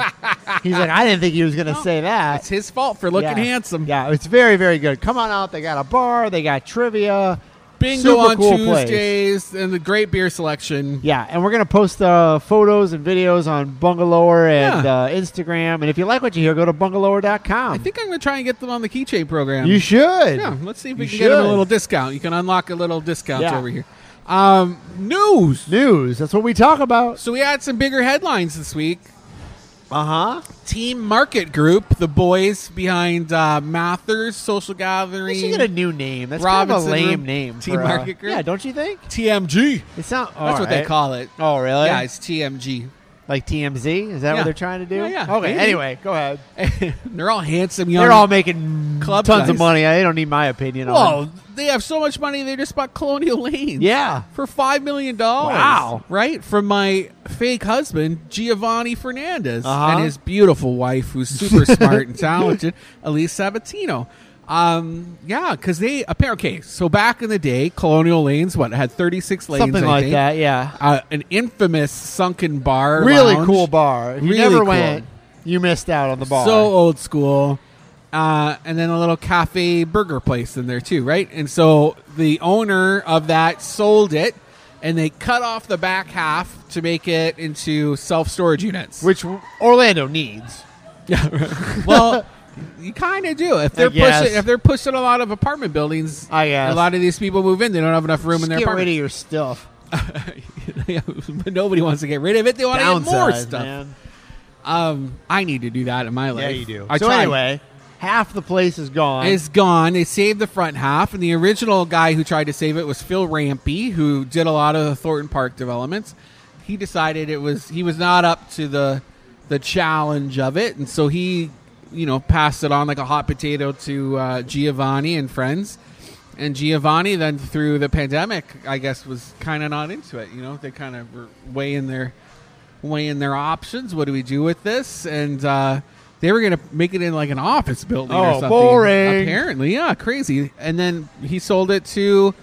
Speaker 1: He's like, I didn't think he was going to say
Speaker 2: It's
Speaker 1: that.
Speaker 2: his fault for looking
Speaker 1: Yeah.
Speaker 2: handsome.
Speaker 1: Yeah, it's very, very good. Come on out. They got a bar, they got trivia.
Speaker 2: Bingo
Speaker 1: Super
Speaker 2: on
Speaker 1: cool place.
Speaker 2: Tuesdays and the great beer selection.
Speaker 1: Yeah, and we're gonna post uh, photos and videos on Bungalower and
Speaker 2: Yeah.
Speaker 1: uh, Instagram. And if you like what you hear, go to bungalower.com.
Speaker 2: I think I'm going to try and get them on the keychain program.
Speaker 1: you should. [laughs]
Speaker 2: Yeah, let's see if we
Speaker 1: You
Speaker 2: can get them a
Speaker 1: should.
Speaker 2: little discount. You can unlock a little discount
Speaker 1: Yeah.
Speaker 2: over here. Um, news.
Speaker 1: News. That's what we talk about.
Speaker 2: So we had some bigger headlines this week. Uh-huh.
Speaker 1: Uh huh.
Speaker 2: Team Market Group, the boys behind uh, Mathers Social Gathering,
Speaker 1: They should get a new name. That's
Speaker 2: Robinson
Speaker 1: kind of a lame
Speaker 2: Room
Speaker 1: name.
Speaker 2: Tea
Speaker 1: for, uh,
Speaker 2: Market Group?
Speaker 1: Yeah, don't you think?
Speaker 2: TMG.
Speaker 1: It's not.
Speaker 2: That's what they call it.
Speaker 1: Oh, really?
Speaker 2: Yeah, it's TMG.
Speaker 1: like TMZ. Is that
Speaker 2: Yeah.
Speaker 1: what they're trying to do?
Speaker 2: Yeah, yeah,
Speaker 1: Okay.
Speaker 2: maybe.
Speaker 1: Anyway, go ahead.
Speaker 2: They're all handsome young.
Speaker 1: They're all making
Speaker 2: Club
Speaker 1: tons
Speaker 2: guys.
Speaker 1: of money. They don't need my opinion.
Speaker 2: Whoa,
Speaker 1: on.
Speaker 2: they have so much money. They just bought Colonial Lane.
Speaker 1: Yeah.
Speaker 2: for five million dollars.
Speaker 1: Wow.
Speaker 2: Right from my fake husband Giovanni Fernandez
Speaker 1: Uh-huh.
Speaker 2: and his beautiful wife,
Speaker 1: [laughs]
Speaker 2: who's super smart and talented, Elise Sabatino. Um, yeah, because they apparently okay. So back in the day, Colonial Lanes what had thirty six lanes,
Speaker 1: Something
Speaker 2: I
Speaker 1: like
Speaker 2: think.
Speaker 1: that. Yeah.
Speaker 2: Uh, an infamous sunken bar,
Speaker 1: Really
Speaker 2: lounge.
Speaker 1: cool bar. If you
Speaker 2: Really
Speaker 1: never
Speaker 2: cool.
Speaker 1: went, you missed out on the bar.
Speaker 2: So old school. Uh, and then a little cafe burger place in there too, right? And so the owner of that sold it and they cut off the back half to make it into self storage units.
Speaker 1: which Orlando needs.
Speaker 2: [laughs] well, you kind of do. If they're
Speaker 1: guess.
Speaker 2: pushing if they're pushing a lot of apartment buildings,
Speaker 1: I guess.
Speaker 2: a lot of these people move in, they don't have enough room in their
Speaker 1: Just get rid of
Speaker 2: apartment.
Speaker 1: your stuff.
Speaker 2: [laughs] But Nobody wants to get rid of it. They want to get more
Speaker 1: Downsize,
Speaker 2: stuff.
Speaker 1: man.
Speaker 2: Um, I need to do that in my life.
Speaker 1: Yeah, you do.
Speaker 2: I
Speaker 1: so
Speaker 2: try.
Speaker 1: anyway, half the place is gone.
Speaker 2: is gone. They saved the front half, and the original guy who tried to save it was Phil Rampy, who did a lot of the Thornton Park developments. He decided it was he was not up to the the challenge of it, and so he you know passed it on like a hot potato to uh, Giovanni and friends. And Giovanni then through the pandemic, I guess, was kind of not into it. You know, they kind of were weighing their weighing their options. What do we do with this? And uh, they were going to make it in like an office building or
Speaker 1: Oh,
Speaker 2: something.
Speaker 1: boring.
Speaker 2: Apparently, yeah, crazy. And then he sold it to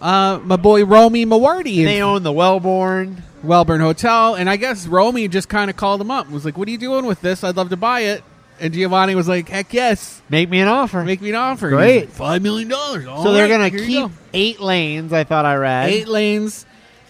Speaker 2: uh, my boy Romy Mawardi
Speaker 1: they
Speaker 2: in
Speaker 1: own the Wellborn.
Speaker 2: Welburn Hotel. And I guess Romy just kind of called him up and was like, What are you doing with this? I'd love to buy it. And Giovanni was like, Heck yes,
Speaker 1: Make me an offer.
Speaker 2: make me an offer. And
Speaker 1: Great.
Speaker 2: he's like, $5 million. All
Speaker 1: so they're gonna
Speaker 2: right, here you
Speaker 1: keep
Speaker 2: go."
Speaker 1: eight lanes. I thought I read.
Speaker 2: eight lanes.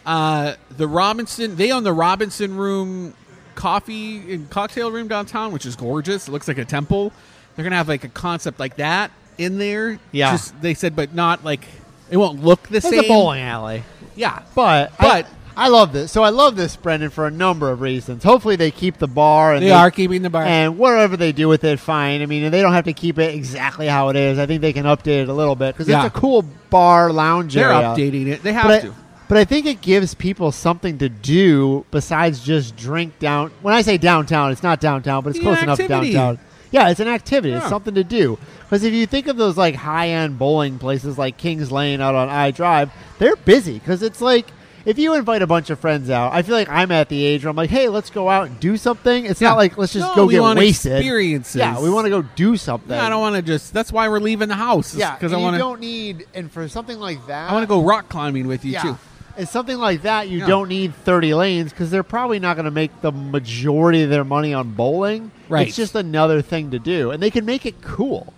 Speaker 2: Uh, the Robinson, they own the Robinson Room coffee and cocktail room downtown, which is gorgeous. It looks like a temple. They're gonna have like a concept like that in there.
Speaker 1: Yeah.
Speaker 2: they said, but not like it won't look the
Speaker 1: It's
Speaker 2: same.
Speaker 1: a bowling alley.
Speaker 2: Yeah,
Speaker 1: But
Speaker 2: But-
Speaker 1: I, I love this. So I love this, Brendan, for a number of reasons. Hopefully they keep the bar and
Speaker 2: they are keeping the bar.
Speaker 1: and whatever they do with it, fine. I mean, and they don't have to keep it exactly how it is. I think they can update it a little bit because
Speaker 2: Yeah.
Speaker 1: it's a cool bar lounge
Speaker 2: They're
Speaker 1: area.
Speaker 2: updating it. They have
Speaker 1: but I,
Speaker 2: to.
Speaker 1: but I think it gives people something to do besides just drink down. When I say downtown, it's not downtown, but it's
Speaker 2: It's
Speaker 1: close
Speaker 2: an
Speaker 1: enough to
Speaker 2: activity.
Speaker 1: downtown. Yeah, it's an activity. It's
Speaker 2: Yeah.
Speaker 1: something to do. Because if you think of those like high end bowling places like Kings Lane out on I Drive, they're busy because it's like if you invite a bunch of friends out, I feel like I'm at the age where I'm like, hey, let's go out and do something. It's
Speaker 2: Yeah.
Speaker 1: not like let's just
Speaker 2: No,
Speaker 1: go
Speaker 2: we
Speaker 1: get
Speaker 2: want
Speaker 1: wasted.
Speaker 2: experiences.
Speaker 1: Yeah, we want to go do something.
Speaker 2: I don't want to just. That's why we're leaving the house.
Speaker 1: Yeah,
Speaker 2: because I
Speaker 1: and
Speaker 2: want
Speaker 1: you
Speaker 2: to.
Speaker 1: don't need and for something like that,
Speaker 2: I want to go rock climbing with you
Speaker 1: yeah.
Speaker 2: too.
Speaker 1: And something like that, you
Speaker 2: Yeah.
Speaker 1: don't need 30 lanes because they're probably not going to make the majority of their money on bowling.
Speaker 2: Right.
Speaker 1: It's just another thing to do. And they can make it cool.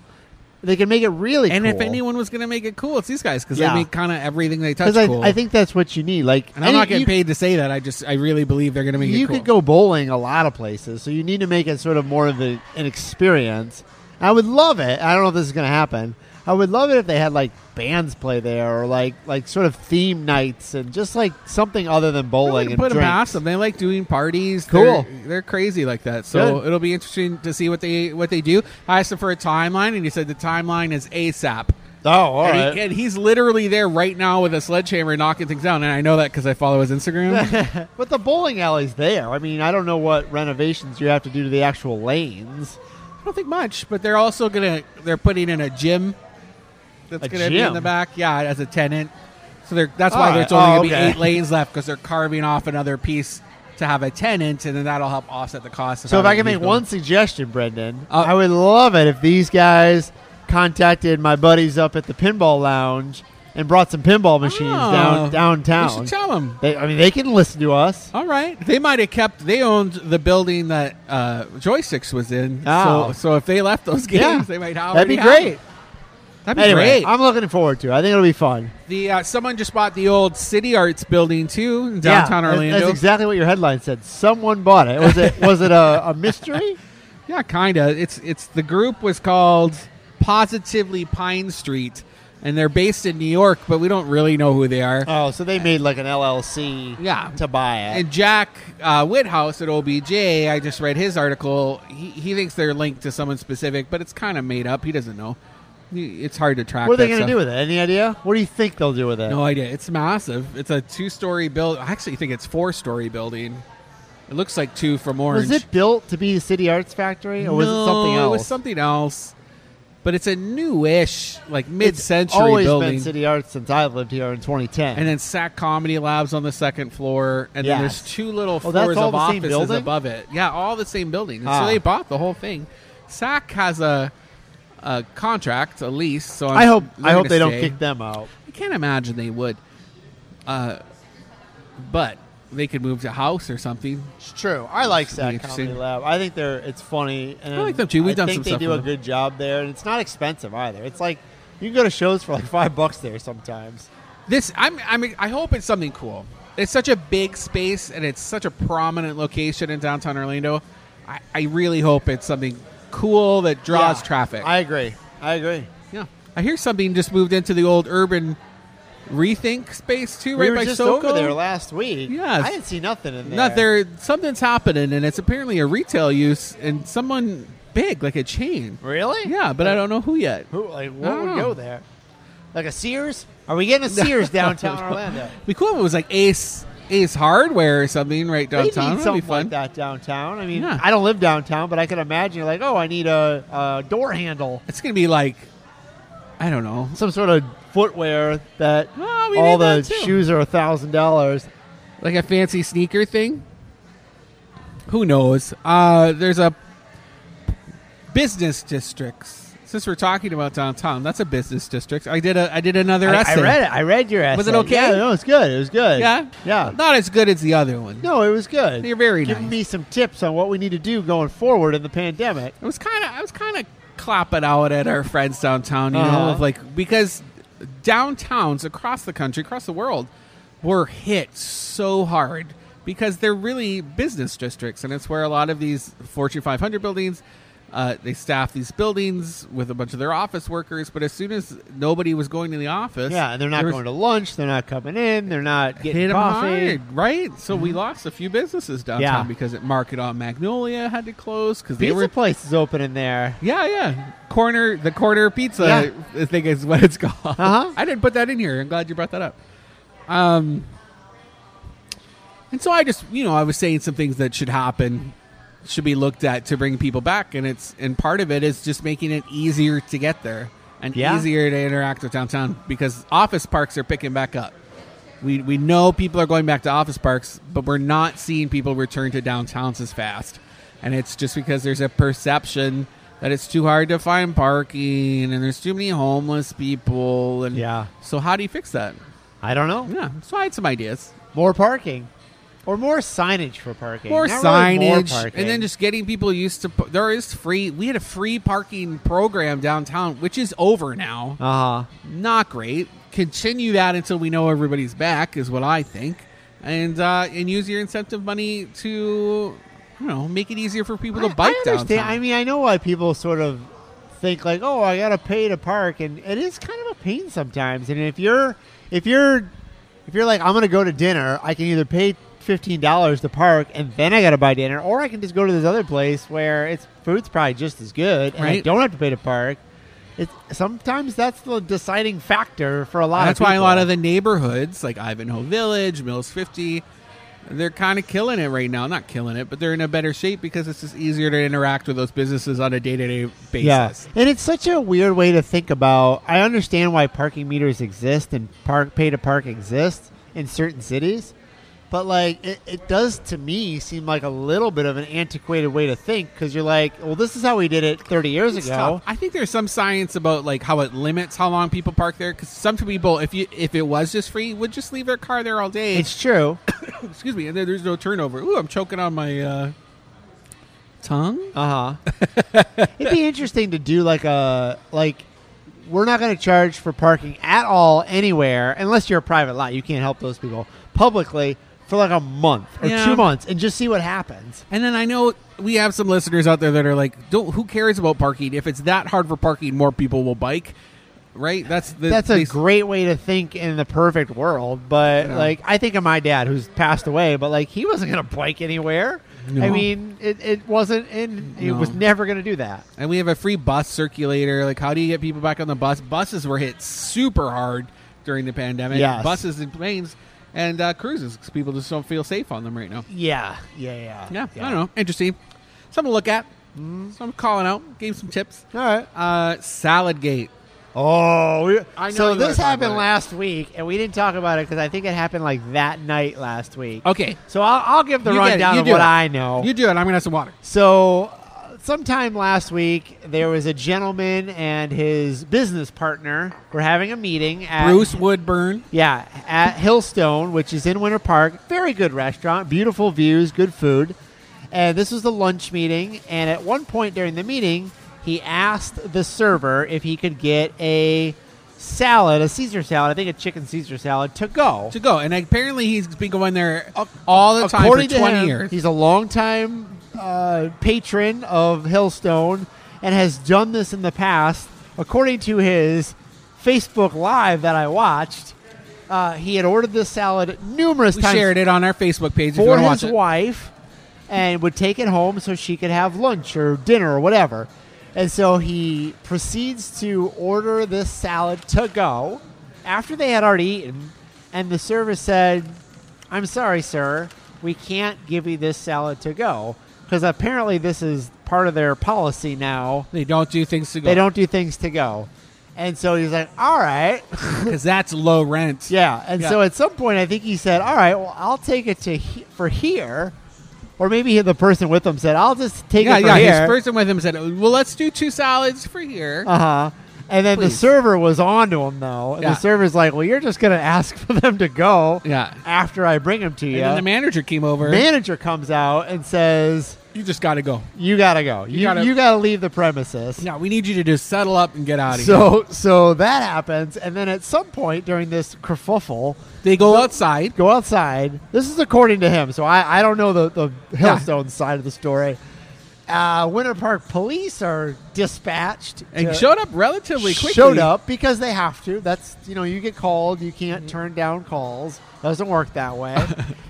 Speaker 1: They can make it really
Speaker 2: And
Speaker 1: cool.
Speaker 2: if anyone was going to make it cool, it's these guys because
Speaker 1: Yeah.
Speaker 2: they make kind of everything they touch
Speaker 1: Because I,
Speaker 2: cool.
Speaker 1: I think that's what you need. Like,
Speaker 2: and I'm
Speaker 1: any-
Speaker 2: not getting
Speaker 1: you,
Speaker 2: paid to say that. I just I really believe they're going to make it
Speaker 1: You
Speaker 2: cool.
Speaker 1: could go bowling a lot of places. So you need to make it sort of more of the, an experience. I would love it. I don't know if this is going to happen. I would love it if they had like bands play there or like like sort of theme nights and just like something other than bowling
Speaker 2: Like
Speaker 1: and
Speaker 2: put them
Speaker 1: drinks.
Speaker 2: past them. They like doing parties.
Speaker 1: Cool.
Speaker 2: They're, they're crazy like that. So
Speaker 1: Good.
Speaker 2: it'll be interesting to see what they what they do. I asked him for a timeline, and he said the timeline is ASAP.
Speaker 1: Oh, all
Speaker 2: and, he-
Speaker 1: right.
Speaker 2: and he's literally there right now with a sledgehammer knocking things down. And I know that because I follow
Speaker 1: [laughs]
Speaker 2: his Instagram.
Speaker 1: But the bowling alley's there. I mean, I don't know what renovations you have to do to the actual lanes.
Speaker 2: I don't think much, but they're also gonna they're putting in a gym that's
Speaker 1: A
Speaker 2: gonna be in
Speaker 1: gym?
Speaker 2: the back. Yeah, as a tenant. So they're, that's
Speaker 1: All
Speaker 2: why
Speaker 1: right.
Speaker 2: there's only
Speaker 1: Oh,
Speaker 2: gonna
Speaker 1: okay.
Speaker 2: be eight lanes left because they're carving off another piece to have a tenant, and then that'll help offset the cost. Of
Speaker 1: So if I
Speaker 2: having
Speaker 1: can
Speaker 2: a
Speaker 1: make
Speaker 2: huge building.
Speaker 1: one suggestion, Brendan,
Speaker 2: Uh,
Speaker 1: I would love it if these guys contacted my buddies up at the pinball lounge and brought some pinball machines
Speaker 2: Oh.
Speaker 1: down
Speaker 2: We
Speaker 1: downtown.
Speaker 2: should tell them.
Speaker 1: They, I mean, they can listen to us.
Speaker 2: All right, they might have kept. They owned the building that uh, Joysticks was in.
Speaker 1: Oh.
Speaker 2: So, so if they left those games,
Speaker 1: Yeah.
Speaker 2: they might
Speaker 1: That'd
Speaker 2: already
Speaker 1: be
Speaker 2: have.
Speaker 1: great.
Speaker 2: it. That'd be
Speaker 1: Anyway,
Speaker 2: great.
Speaker 1: I'm looking forward to. it. I think it'll be fun.
Speaker 2: the uh, someone just bought the old City Arts building too in downtown
Speaker 1: Yeah, that-
Speaker 2: Orlando.
Speaker 1: That's exactly what your headline said. Someone bought it. Was it was it a, a [laughs] mystery?
Speaker 2: yeah, kind of. It's it's the group was called Positively Pine Street, and they're based in New York, but we don't really know who they are.
Speaker 1: oh, so they made like an LLC.
Speaker 2: Yeah.
Speaker 1: to buy it.
Speaker 2: And Jack uh, Whithouse at OBJ, I just read his article. He, he thinks they're linked to someone specific, but it's kind of made up. He doesn't know. He- It's hard to track.
Speaker 1: what are they
Speaker 2: that
Speaker 1: going to do
Speaker 2: stuff.
Speaker 1: with it? Any idea? What do you think they'll do with it?
Speaker 2: No idea. It's massive. It's a two-story build. I actually think it's four-story building. It looks like two from Orange.
Speaker 1: was it built to be a city arts factory, or was it
Speaker 2: No,
Speaker 1: something else?
Speaker 2: It was something else. But it's a newish, like mid-century
Speaker 1: It's always
Speaker 2: building.
Speaker 1: been city arts since I've lived here in 2010.
Speaker 2: and then Sac Comedy Labs on the second floor, and then
Speaker 1: Yes.
Speaker 2: there's two little
Speaker 1: Oh,
Speaker 2: floors
Speaker 1: that's all
Speaker 2: of
Speaker 1: the same
Speaker 2: offices
Speaker 1: building?
Speaker 2: above it. Yeah, all the same building. And
Speaker 1: Ah.
Speaker 2: So they bought the whole thing. Sac has a a contract, a lease. So I'm
Speaker 1: I hope
Speaker 2: they're
Speaker 1: I hope
Speaker 2: gonna
Speaker 1: they don't
Speaker 2: stay.
Speaker 1: kick them out.
Speaker 2: I can't imagine they would. Uh, but they could move to house or something.
Speaker 1: It's true. I like Sac
Speaker 2: interesting.
Speaker 1: Comedy Lab. I think they're it's funny. And
Speaker 2: I like them too. We've
Speaker 1: I
Speaker 2: done
Speaker 1: think
Speaker 2: some
Speaker 1: they
Speaker 2: stuff
Speaker 1: do
Speaker 2: with
Speaker 1: a
Speaker 2: them.
Speaker 1: good job there, and it's not expensive either. It's like you can go to shows for like five bucks there sometimes.
Speaker 2: This I'm I mean I hope it's something cool. It's such a big space and it's such a prominent location in downtown Orlando. I, I really hope it's something cool that draws
Speaker 1: Yeah,
Speaker 2: traffic.
Speaker 1: I agree. I agree.
Speaker 2: Yeah. I hear something just moved into the old urban rethink space too,
Speaker 1: we
Speaker 2: right
Speaker 1: were
Speaker 2: by
Speaker 1: just
Speaker 2: SoCo.
Speaker 1: over there last week.
Speaker 2: Yes.
Speaker 1: I didn't see nothing in there.
Speaker 2: Not there something's happening and it's apparently a retail use and someone big, like a chain.
Speaker 1: Really?
Speaker 2: Yeah, but I don't know who yet.
Speaker 1: Who like what
Speaker 2: don't
Speaker 1: would
Speaker 2: know.
Speaker 1: go there? Like a Sears? Are we
Speaker 2: [laughs]
Speaker 1: getting a Sears downtown Orlando?
Speaker 2: Be cool if it was like Ace Ace Hardware or something right
Speaker 1: They need
Speaker 2: downtown. That'd be
Speaker 1: something
Speaker 2: fun.
Speaker 1: like that downtown. I mean,
Speaker 2: Yeah.
Speaker 1: I don't live downtown, but I could imagine like, oh, I need a, a door handle,
Speaker 2: It's gonna be like I don't know.
Speaker 1: some sort of footwear that
Speaker 2: Oh, we
Speaker 1: all
Speaker 2: need
Speaker 1: the
Speaker 2: that too.
Speaker 1: shoes are a thousand dollars.
Speaker 2: like a fancy sneaker thing. Who knows? Uh, there's a business districts. Since we're talking about downtown, that's a business district. I did a I did another
Speaker 1: I,
Speaker 2: essay.
Speaker 1: read it. I read your essay.
Speaker 2: Was it okay?
Speaker 1: Yeah, no, it's good. It was good.
Speaker 2: Yeah,
Speaker 1: yeah.
Speaker 2: Not as good as the other one.
Speaker 1: No, it was good.
Speaker 2: You're very
Speaker 1: giving
Speaker 2: nice.
Speaker 1: me some tips on what we need to do going forward in the pandemic.
Speaker 2: I was kind of I was kind of clapping out at our friends downtown, you
Speaker 1: Uh-huh.
Speaker 2: know, of like because downtowns across the country, across the world, were hit so hard because they're really business districts, and it's where a lot of these Fortune 500 buildings. Uh, they staff these buildings with a bunch of their office workers, but as soon as nobody was going to the office,
Speaker 1: Yeah, and they're not
Speaker 2: there was-
Speaker 1: going to lunch. They're not coming in. They're not getting
Speaker 2: hit 'em
Speaker 1: coffee. Mm-hmm.
Speaker 2: hard, right? So we lost a few businesses downtown
Speaker 1: Yeah.
Speaker 2: because at Market on Magnolia had to close because they
Speaker 1: Pizza
Speaker 2: were
Speaker 1: place is open in there.
Speaker 2: Yeah, yeah. Corner the corner pizza I think is what it's [laughs] called.
Speaker 1: Uh-huh.
Speaker 2: I didn't put that in here. I'm glad you brought that up. Um and so I just you know, I was saying some things that should happen should be looked at to bring people back and it's and part of it is just making it easier to get there and
Speaker 1: Yeah.
Speaker 2: easier to interact with downtown because office parks are picking back up. We we know people are going back to office parks, but we're not seeing people return to downtowns as fast. And it's just because there's a perception that it's too hard to find parking and there's too many homeless people and
Speaker 1: Yeah.
Speaker 2: So how do you fix that?
Speaker 1: I don't know.
Speaker 2: Yeah. So I had some ideas.
Speaker 1: More parking. Or more signage for parking.
Speaker 2: More
Speaker 1: Not
Speaker 2: signage
Speaker 1: really more parking.
Speaker 2: and then just getting people used to p- there is free we had a free parking program downtown which is over now.
Speaker 1: uh huh.
Speaker 2: not great. Continue that until we know everybody's back is what I think, and uh, and use your incentive money to, you know, make it easier for people to bike
Speaker 1: I understand.
Speaker 2: downtown.
Speaker 1: I mean, I know why people sort of think like, oh, I gotta pay to park, and it is kind of a pain sometimes. And if you're, if you're, if you're like, I'm gonna go to dinner, I can either pay fifteen dollars to park, and then I gotta buy dinner, or I can just go to this other place where it's food's probably just as good, and I
Speaker 2: Right.
Speaker 1: don't have to pay to park. It's sometimes that's the deciding factor for a lot.
Speaker 2: That's
Speaker 1: of
Speaker 2: why a lot
Speaker 1: people.
Speaker 2: of the neighborhoods, like Ivanhoe Village, Mills 50, they're kind of killing it right now. Not killing it, but they're in a better shape because it's just easier to interact with those businesses on a day to day basis.
Speaker 1: Yeah. And it's such a weird way to think about. I understand why parking meters exist and park pay to park exists in certain cities, but like it, it does to me seem like a little bit of an antiquated way to think because you're like, well, this is how we did it 30 years
Speaker 2: It's
Speaker 1: ago.
Speaker 2: tough. I think there's some science about like how it limits how long people park there because some people, if you if it was just free, would just leave their car there all day.
Speaker 1: It's true.
Speaker 2: Excuse me, and there- there's no turnover. Ooh, I'm choking on my uh, tongue.
Speaker 1: Uh huh. It'd be interesting to do like a like. We're not going to charge for parking at all anywhere unless you're a private lot. You can't help those people publicly for like a month or
Speaker 2: Yeah.
Speaker 1: two months and just see what happens.
Speaker 2: And then I know we have some listeners out there that are like, "Don't who cares about parking? If it's that hard for parking, more people will bike." Right? That's the,
Speaker 1: That's a
Speaker 2: bas-
Speaker 1: great way to think in the perfect world, but like I think of my dad who's passed away, but like he wasn't gonna bike anywhere. I mean, it, it wasn't, and it
Speaker 2: No.
Speaker 1: was never gonna do that.
Speaker 2: And we have a free bus circulator. Like, how do you get people back on the bus? Buses were hit super hard during the pandemic.
Speaker 1: Yes.
Speaker 2: Buses and planes and uh, cruises 'cause people just don't feel safe on them right now.
Speaker 1: Yeah, yeah, yeah, Mm-hmm.
Speaker 2: Yeah, I don't know. Interesting. Something to look at. So I'm calling out. Gave some tips.
Speaker 1: All right.
Speaker 2: Uh, Salad Gate.
Speaker 1: Oh, we,
Speaker 2: I know
Speaker 1: so
Speaker 2: you wanna
Speaker 1: this
Speaker 2: talk
Speaker 1: happened
Speaker 2: about it.
Speaker 1: last week, and we didn't talk about it because I think it happened like that night last week.
Speaker 2: Okay.
Speaker 1: So I'll, I'll give the
Speaker 2: You get it.
Speaker 1: rundown
Speaker 2: You
Speaker 1: of
Speaker 2: do
Speaker 1: what
Speaker 2: it.
Speaker 1: I know.
Speaker 2: You do it. I'm going to have some water.
Speaker 1: So, uh, sometime last week, there was a gentleman and his business partner were having a meeting at
Speaker 2: Bruce Woodburn.
Speaker 1: Yeah, at Hillstone, which is in Winter Park. Very good restaurant, beautiful views, good food. And this was the lunch meeting. And at one point during the meeting, he asked the server if he could get a salad, a Caesar salad, I think a chicken Caesar salad, to go.
Speaker 2: to go. And apparently he's been going there all the time
Speaker 1: According
Speaker 2: for 20
Speaker 1: to him,
Speaker 2: years.
Speaker 1: he's a longtime uh, patron of Hillstone and has done this in the past. According to his Facebook Live that I watched, uh, he had ordered this salad numerous
Speaker 2: we
Speaker 1: times
Speaker 2: shared it on our Facebook page if you
Speaker 1: for
Speaker 2: want to watch
Speaker 1: his
Speaker 2: it.
Speaker 1: wife and would take it home so she could have lunch or dinner or whatever. And so he proceeds to order this salad to go after they had already eaten. And the server said, I'm sorry, sir, we can't give you this salad to go. Because apparently, this is part of their policy now.
Speaker 2: They don't do things to go.
Speaker 1: They don't do things to go. And so he's like, All right.
Speaker 2: because that's low rent.
Speaker 1: Yeah, and
Speaker 2: Yeah.
Speaker 1: so at some point, I think he said, "All right, well, I'll take it to he- for here," or maybe the person with him said, "I'll just take
Speaker 2: yeah,
Speaker 1: it for
Speaker 2: yeah.
Speaker 1: here."
Speaker 2: His person with him said, "Well, let's do two salads for here."
Speaker 1: uh huh. And then the
Speaker 2: Please.
Speaker 1: server was on to him though, and
Speaker 2: Yeah.
Speaker 1: the server's like, "Well, you're just gonna ask [laughs] for them to go
Speaker 2: yeah.
Speaker 1: after I bring them to you."
Speaker 2: And then the manager came over.
Speaker 1: manager comes out and says,
Speaker 2: you just got to go.
Speaker 1: "You gotta go. You you gotta,
Speaker 2: gotta-
Speaker 1: leave the premises."
Speaker 2: Yeah, we need you to just settle up and get out of here.
Speaker 1: So so that happens, and then at some point during this kerfuffle,
Speaker 2: They go outside.
Speaker 1: go outside. This is according to him, so I, I don't know the, the Hillstone side of the story. Uh, Winter Park police are dispatched
Speaker 2: And
Speaker 1: to-
Speaker 2: showed up relatively quickly.
Speaker 1: showed up because they have to. That's you know you get called, you
Speaker 2: Mm-hmm.
Speaker 1: can't turn down calls. Doesn't work that
Speaker 2: [laughs]
Speaker 1: way.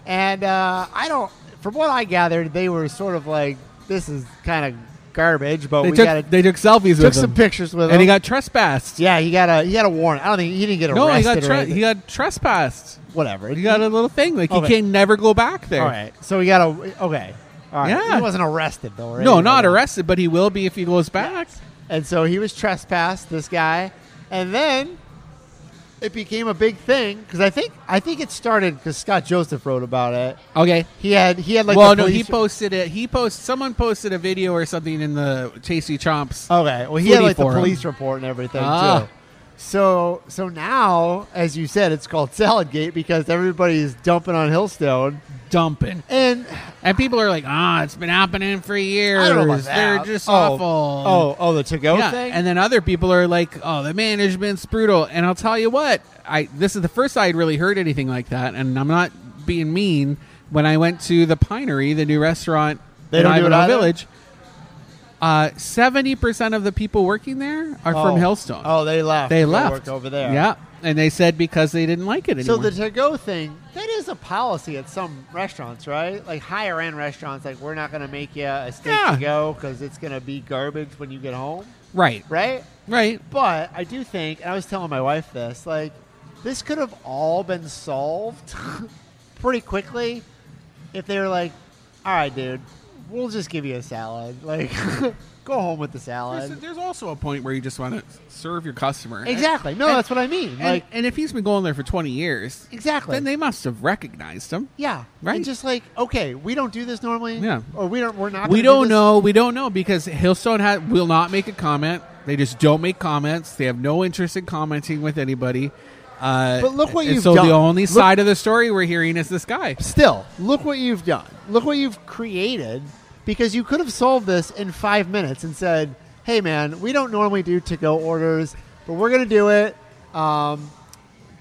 Speaker 1: and uh, I don't. From what I gathered, they were sort of like this is kind of garbage, but
Speaker 2: They
Speaker 1: we
Speaker 2: took
Speaker 1: got
Speaker 2: they took selfies
Speaker 1: took
Speaker 2: with
Speaker 1: some
Speaker 2: him.
Speaker 1: pictures with him.
Speaker 2: and he got trespassed.
Speaker 1: yeah, he got a he got a warrant. I don't think he didn't get arrested.
Speaker 2: no, he got
Speaker 1: or
Speaker 2: tre-
Speaker 1: anything.
Speaker 2: he got trespassed.
Speaker 1: whatever.
Speaker 2: He got a little thing like
Speaker 1: Okay.
Speaker 2: he can never go back there.
Speaker 1: All right. So we got to okay. All right.
Speaker 2: Yeah.
Speaker 1: He wasn't arrested though, right?
Speaker 2: No, not arrested, but he will be if he goes back.
Speaker 1: And so he was trespassed. This guy, and then it became a big thing because I think I think it started because Scott Joseph wrote about it.
Speaker 2: Okay.
Speaker 1: He had he had like
Speaker 2: well,
Speaker 1: the
Speaker 2: no, he
Speaker 1: police-
Speaker 2: posted it. He post someone posted a video or something in the Chasey Chomps.
Speaker 1: Okay. Well, he had
Speaker 2: Flutie
Speaker 1: like the
Speaker 2: for him.
Speaker 1: police report and everything
Speaker 2: Ah.
Speaker 1: too. So so now, as you said, it's called Saladgate because everybody is dumping on Hillstone,
Speaker 2: dumping,
Speaker 1: and
Speaker 2: and people are like, "Ah, it's been happening for years.
Speaker 1: I don't know about that.
Speaker 2: They're just
Speaker 1: Oh,
Speaker 2: awful."
Speaker 1: Oh, oh, the to go
Speaker 2: yeah.
Speaker 1: thing,
Speaker 2: And then other people are like, "Oh, the management's brutal." And I'll tell you what, I this is the first I had really heard anything like that, and I'm not being mean. When I went to the Pinery, the new restaurant
Speaker 1: They
Speaker 2: in
Speaker 1: don't do it
Speaker 2: Ivanhoe
Speaker 1: either?
Speaker 2: Village, Seventy percent of the people working there are from Hillstone.
Speaker 1: Oh, they left.
Speaker 2: they
Speaker 1: to
Speaker 2: left
Speaker 1: work over there.
Speaker 2: Yeah, and they said because they didn't like it
Speaker 1: So
Speaker 2: anymore.
Speaker 1: the to-go thing that is a policy at some restaurants, right? Like higher end restaurants, like we're not going to make you a steak
Speaker 2: Yeah.
Speaker 1: to go because it's going to be garbage when you get home,
Speaker 2: right,
Speaker 1: right?
Speaker 2: right.
Speaker 1: But I do think, and I was telling my wife this, like this could have all been solved [laughs] pretty quickly if they were like, "All right, dude, we'll just give you a salad. Like, [laughs] go home with the
Speaker 2: There's,
Speaker 1: salad."
Speaker 2: there's also a point where you just want to serve your customer.
Speaker 1: Exactly. No,
Speaker 2: And-
Speaker 1: that's what I mean.
Speaker 2: And,
Speaker 1: Like,
Speaker 2: and if he's been going there for twenty years,
Speaker 1: exactly.
Speaker 2: then they must have recognized him.
Speaker 1: Yeah,
Speaker 2: Right.
Speaker 1: And just like, okay, we don't do this normally.
Speaker 2: Yeah.
Speaker 1: or we don't. We're not. gonna do
Speaker 2: We don't
Speaker 1: this.
Speaker 2: know. We don't know because Hillstone ha- will not make a comment. They just don't make comments. They have no interest in commenting with anybody. Uh,
Speaker 1: But look what
Speaker 2: and
Speaker 1: you've
Speaker 2: so
Speaker 1: done.
Speaker 2: the only
Speaker 1: Look-
Speaker 2: side of the story we're hearing is this guy.
Speaker 1: Still, look what you've done. Look what you've created. Because you could have solved this in five minutes and said, "Hey, man, we don't normally do to-go orders, but we're gonna do it. Um,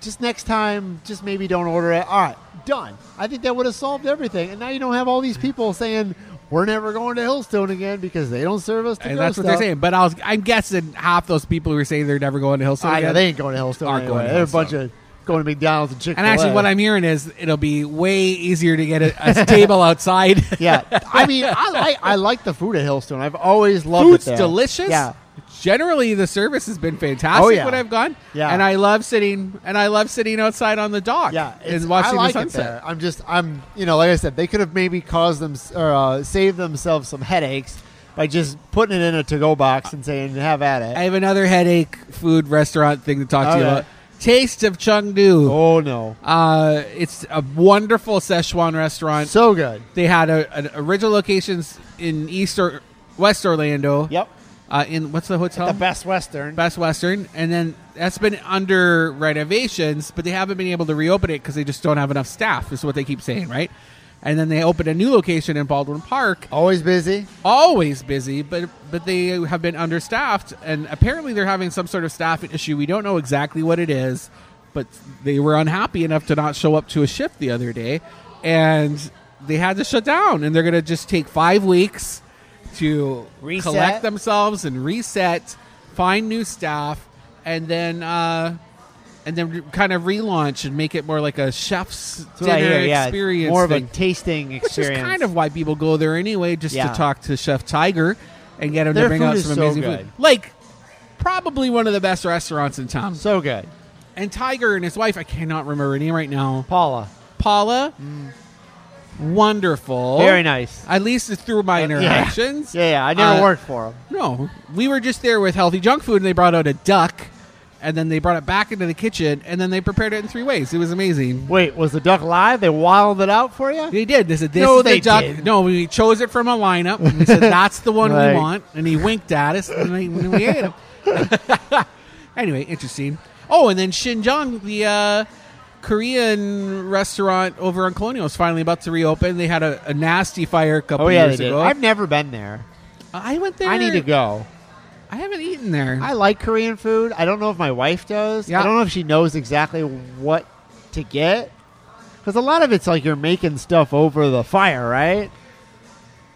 Speaker 1: just next time, just maybe don't order it." All right, done. I think that would have solved everything. And now you don't have all these people saying. We're never going to Hillstone again because they don't serve us. To
Speaker 2: And that's what they're saying. But I was, I'm guessing half those people who are saying they're never going to Hillstone.
Speaker 1: I know
Speaker 2: again-
Speaker 1: they ain't going to Hillstone.
Speaker 2: Aren't
Speaker 1: Anyway.
Speaker 2: going to
Speaker 1: They're a bunch
Speaker 2: Hillstone.
Speaker 1: of going to McDonald's and Chick.
Speaker 2: and actually, what I'm hearing is it'll be way easier to get a,
Speaker 1: [laughs]
Speaker 2: a table outside.
Speaker 1: yeah, I mean, I like I like the food at Hillstone. I've always loved
Speaker 2: Food's
Speaker 1: it. there.
Speaker 2: delicious.
Speaker 1: Yeah,
Speaker 2: Generally, the service has been fantastic
Speaker 1: Oh, yeah.
Speaker 2: when I've gone.
Speaker 1: Yeah.
Speaker 2: And I love sitting. And I love sitting outside on the dock.
Speaker 1: yeah. It's,
Speaker 2: And watching
Speaker 1: I like
Speaker 2: the sunset.
Speaker 1: It there. I'm just I'm you know like I said they could have maybe caused them or uh, saved themselves some headaches by just putting it in a to-go box and saying have at it.
Speaker 2: I have another headache food restaurant thing to talk to you
Speaker 1: Okay.
Speaker 2: about. Taste of Chengdu.
Speaker 1: oh no,
Speaker 2: Uh, it's a wonderful Szechuan restaurant.
Speaker 1: so good.
Speaker 2: they had a, an original locations in East or West Orlando.
Speaker 1: Yep,
Speaker 2: Uh, in what's the hotel?
Speaker 1: the best Western.
Speaker 2: Best Western, and then that's been under renovations, but they haven't been able to reopen it because they just don't have enough staff. Is what they keep saying, right? And then they opened a new location in Baldwin Park,
Speaker 1: Always busy.
Speaker 2: always busy, but but they have been understaffed, and apparently they're having some sort of staffing issue. We don't know exactly what it is, but they were unhappy enough to not show up to a shift the other day, and they had to shut down. And they're going to just take five weeks to
Speaker 1: Reset.
Speaker 2: collect themselves and reset, find new staff, and then. Uh, and then re- kind of relaunch and make it more like a chef's
Speaker 1: That's what
Speaker 2: dinner
Speaker 1: I hear, yeah.
Speaker 2: experience,
Speaker 1: More of a
Speaker 2: thing.
Speaker 1: tasting
Speaker 2: Which
Speaker 1: experience.
Speaker 2: is kind of why people go there anyway, just
Speaker 1: Yeah.
Speaker 2: to talk to Chef Tiger and get him
Speaker 1: Their
Speaker 2: to bring
Speaker 1: food
Speaker 2: out
Speaker 1: is
Speaker 2: some
Speaker 1: so
Speaker 2: amazing
Speaker 1: good.
Speaker 2: food. Like, probably one of the best restaurants in town.
Speaker 1: so good.
Speaker 2: And Tiger and his wife, I cannot remember her name right now.
Speaker 1: Paula,
Speaker 2: Paula, wonderful.
Speaker 1: Mm. very nice. Uh,
Speaker 2: At least through my interactions.
Speaker 1: Yeah, yeah. I never
Speaker 2: Uh,
Speaker 1: worked for him.
Speaker 2: No, we were just there with healthy junk food, and they brought out a duck, and then they brought it back into the kitchen, and then they prepared it in three ways. It was amazing.
Speaker 1: Wait, was the duck live? They wild it out for you?
Speaker 2: They did. They said, "This
Speaker 1: No,
Speaker 2: is the
Speaker 1: they
Speaker 2: duck."
Speaker 1: didn't.
Speaker 2: No, we chose it from a lineup. And
Speaker 1: [laughs]
Speaker 2: we said, "That's the one
Speaker 1: Right.
Speaker 2: we want," and he winked at us, and we, and we ate him. [laughs] anyway, interesting. Oh, and then Xinjiang, the uh, Korean restaurant over on Colonial, is finally about to reopen. They had a, a nasty fire a couple
Speaker 1: Oh yeah, they
Speaker 2: years
Speaker 1: did.
Speaker 2: ago.
Speaker 1: I've never been there.
Speaker 2: I went there.
Speaker 1: I need to go.
Speaker 2: I haven't eaten there.
Speaker 1: I like Korean food. I don't know if my wife does.
Speaker 2: Yeah.
Speaker 1: I don't know if she knows exactly what to get. Because a lot of it's like you're making stuff over the fire, right?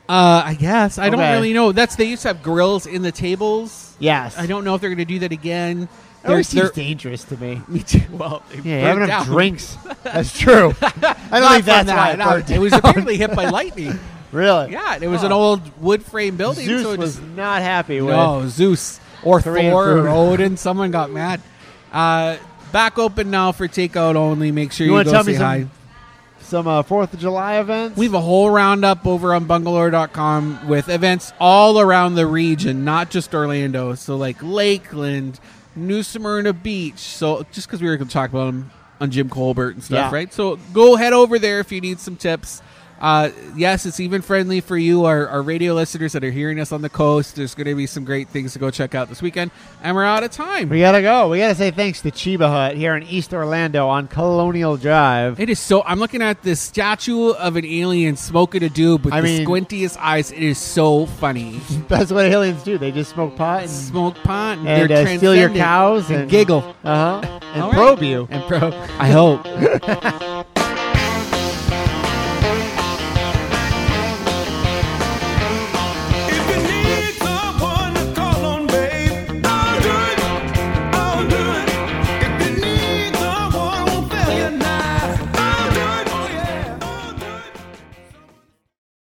Speaker 2: uh, I guess I don't
Speaker 1: Okay.
Speaker 2: really know. That's they used to have grills in the tables.
Speaker 1: Yes.
Speaker 2: I don't know if they're going to do that again.
Speaker 1: It always
Speaker 2: They're-
Speaker 1: seems dangerous to me.
Speaker 2: [laughs] Me too. Well, they
Speaker 1: Yeah,
Speaker 2: burnt
Speaker 1: having enough
Speaker 2: down. [laughs]
Speaker 1: drinks. That's true. I don't
Speaker 2: Not
Speaker 1: think
Speaker 2: from
Speaker 1: that's why it
Speaker 2: that.
Speaker 1: burnt
Speaker 2: It was
Speaker 1: down.
Speaker 2: apparently hit by lightning.
Speaker 1: [laughs] really.
Speaker 2: Yeah, it was an old wood frame building.
Speaker 1: Oh. Zeus
Speaker 2: so it
Speaker 1: was
Speaker 2: just,
Speaker 1: not happy with.
Speaker 2: no Zeus or
Speaker 1: Korean
Speaker 2: Thor
Speaker 1: food. [laughs]
Speaker 2: or Odin. Someone got mad. Uh, back open now for takeout only. Make sure
Speaker 1: You
Speaker 2: you,
Speaker 1: wanna
Speaker 2: go
Speaker 1: tell
Speaker 2: say
Speaker 1: me some-
Speaker 2: hi.
Speaker 1: Some uh, Fourth of July events.
Speaker 2: We have a whole roundup over on bungalore.com with events all around the region, not just Orlando. So, like Lakeland, New Smyrna Beach. So, just because we were going to talk about them on Jim Colbert and stuff,
Speaker 1: Yeah.
Speaker 2: right? So, go head over there if you need some tips. Uh, yes, it's even friendly for you, our, our radio listeners that are hearing us on the coast. There's going to be some great things to go check out this weekend. And we're out of time.
Speaker 1: We gotta go. We gotta say thanks to Chiba Hut here in East Orlando on Colonial Drive.
Speaker 2: It is so. I'm looking at this statue of an alien smoking a doob with
Speaker 1: I
Speaker 2: the
Speaker 1: mean-
Speaker 2: squintiest eyes. It is so funny.
Speaker 1: [laughs] That's what aliens do. They just smoke pot and
Speaker 2: smoke pot and,
Speaker 1: and
Speaker 2: they're
Speaker 1: uh, steal your
Speaker 2: transcendent.
Speaker 1: cows and,
Speaker 2: and giggle
Speaker 1: uh huh, and
Speaker 2: All right.
Speaker 1: probe you.
Speaker 2: and probe. I hope.
Speaker 3: Oh,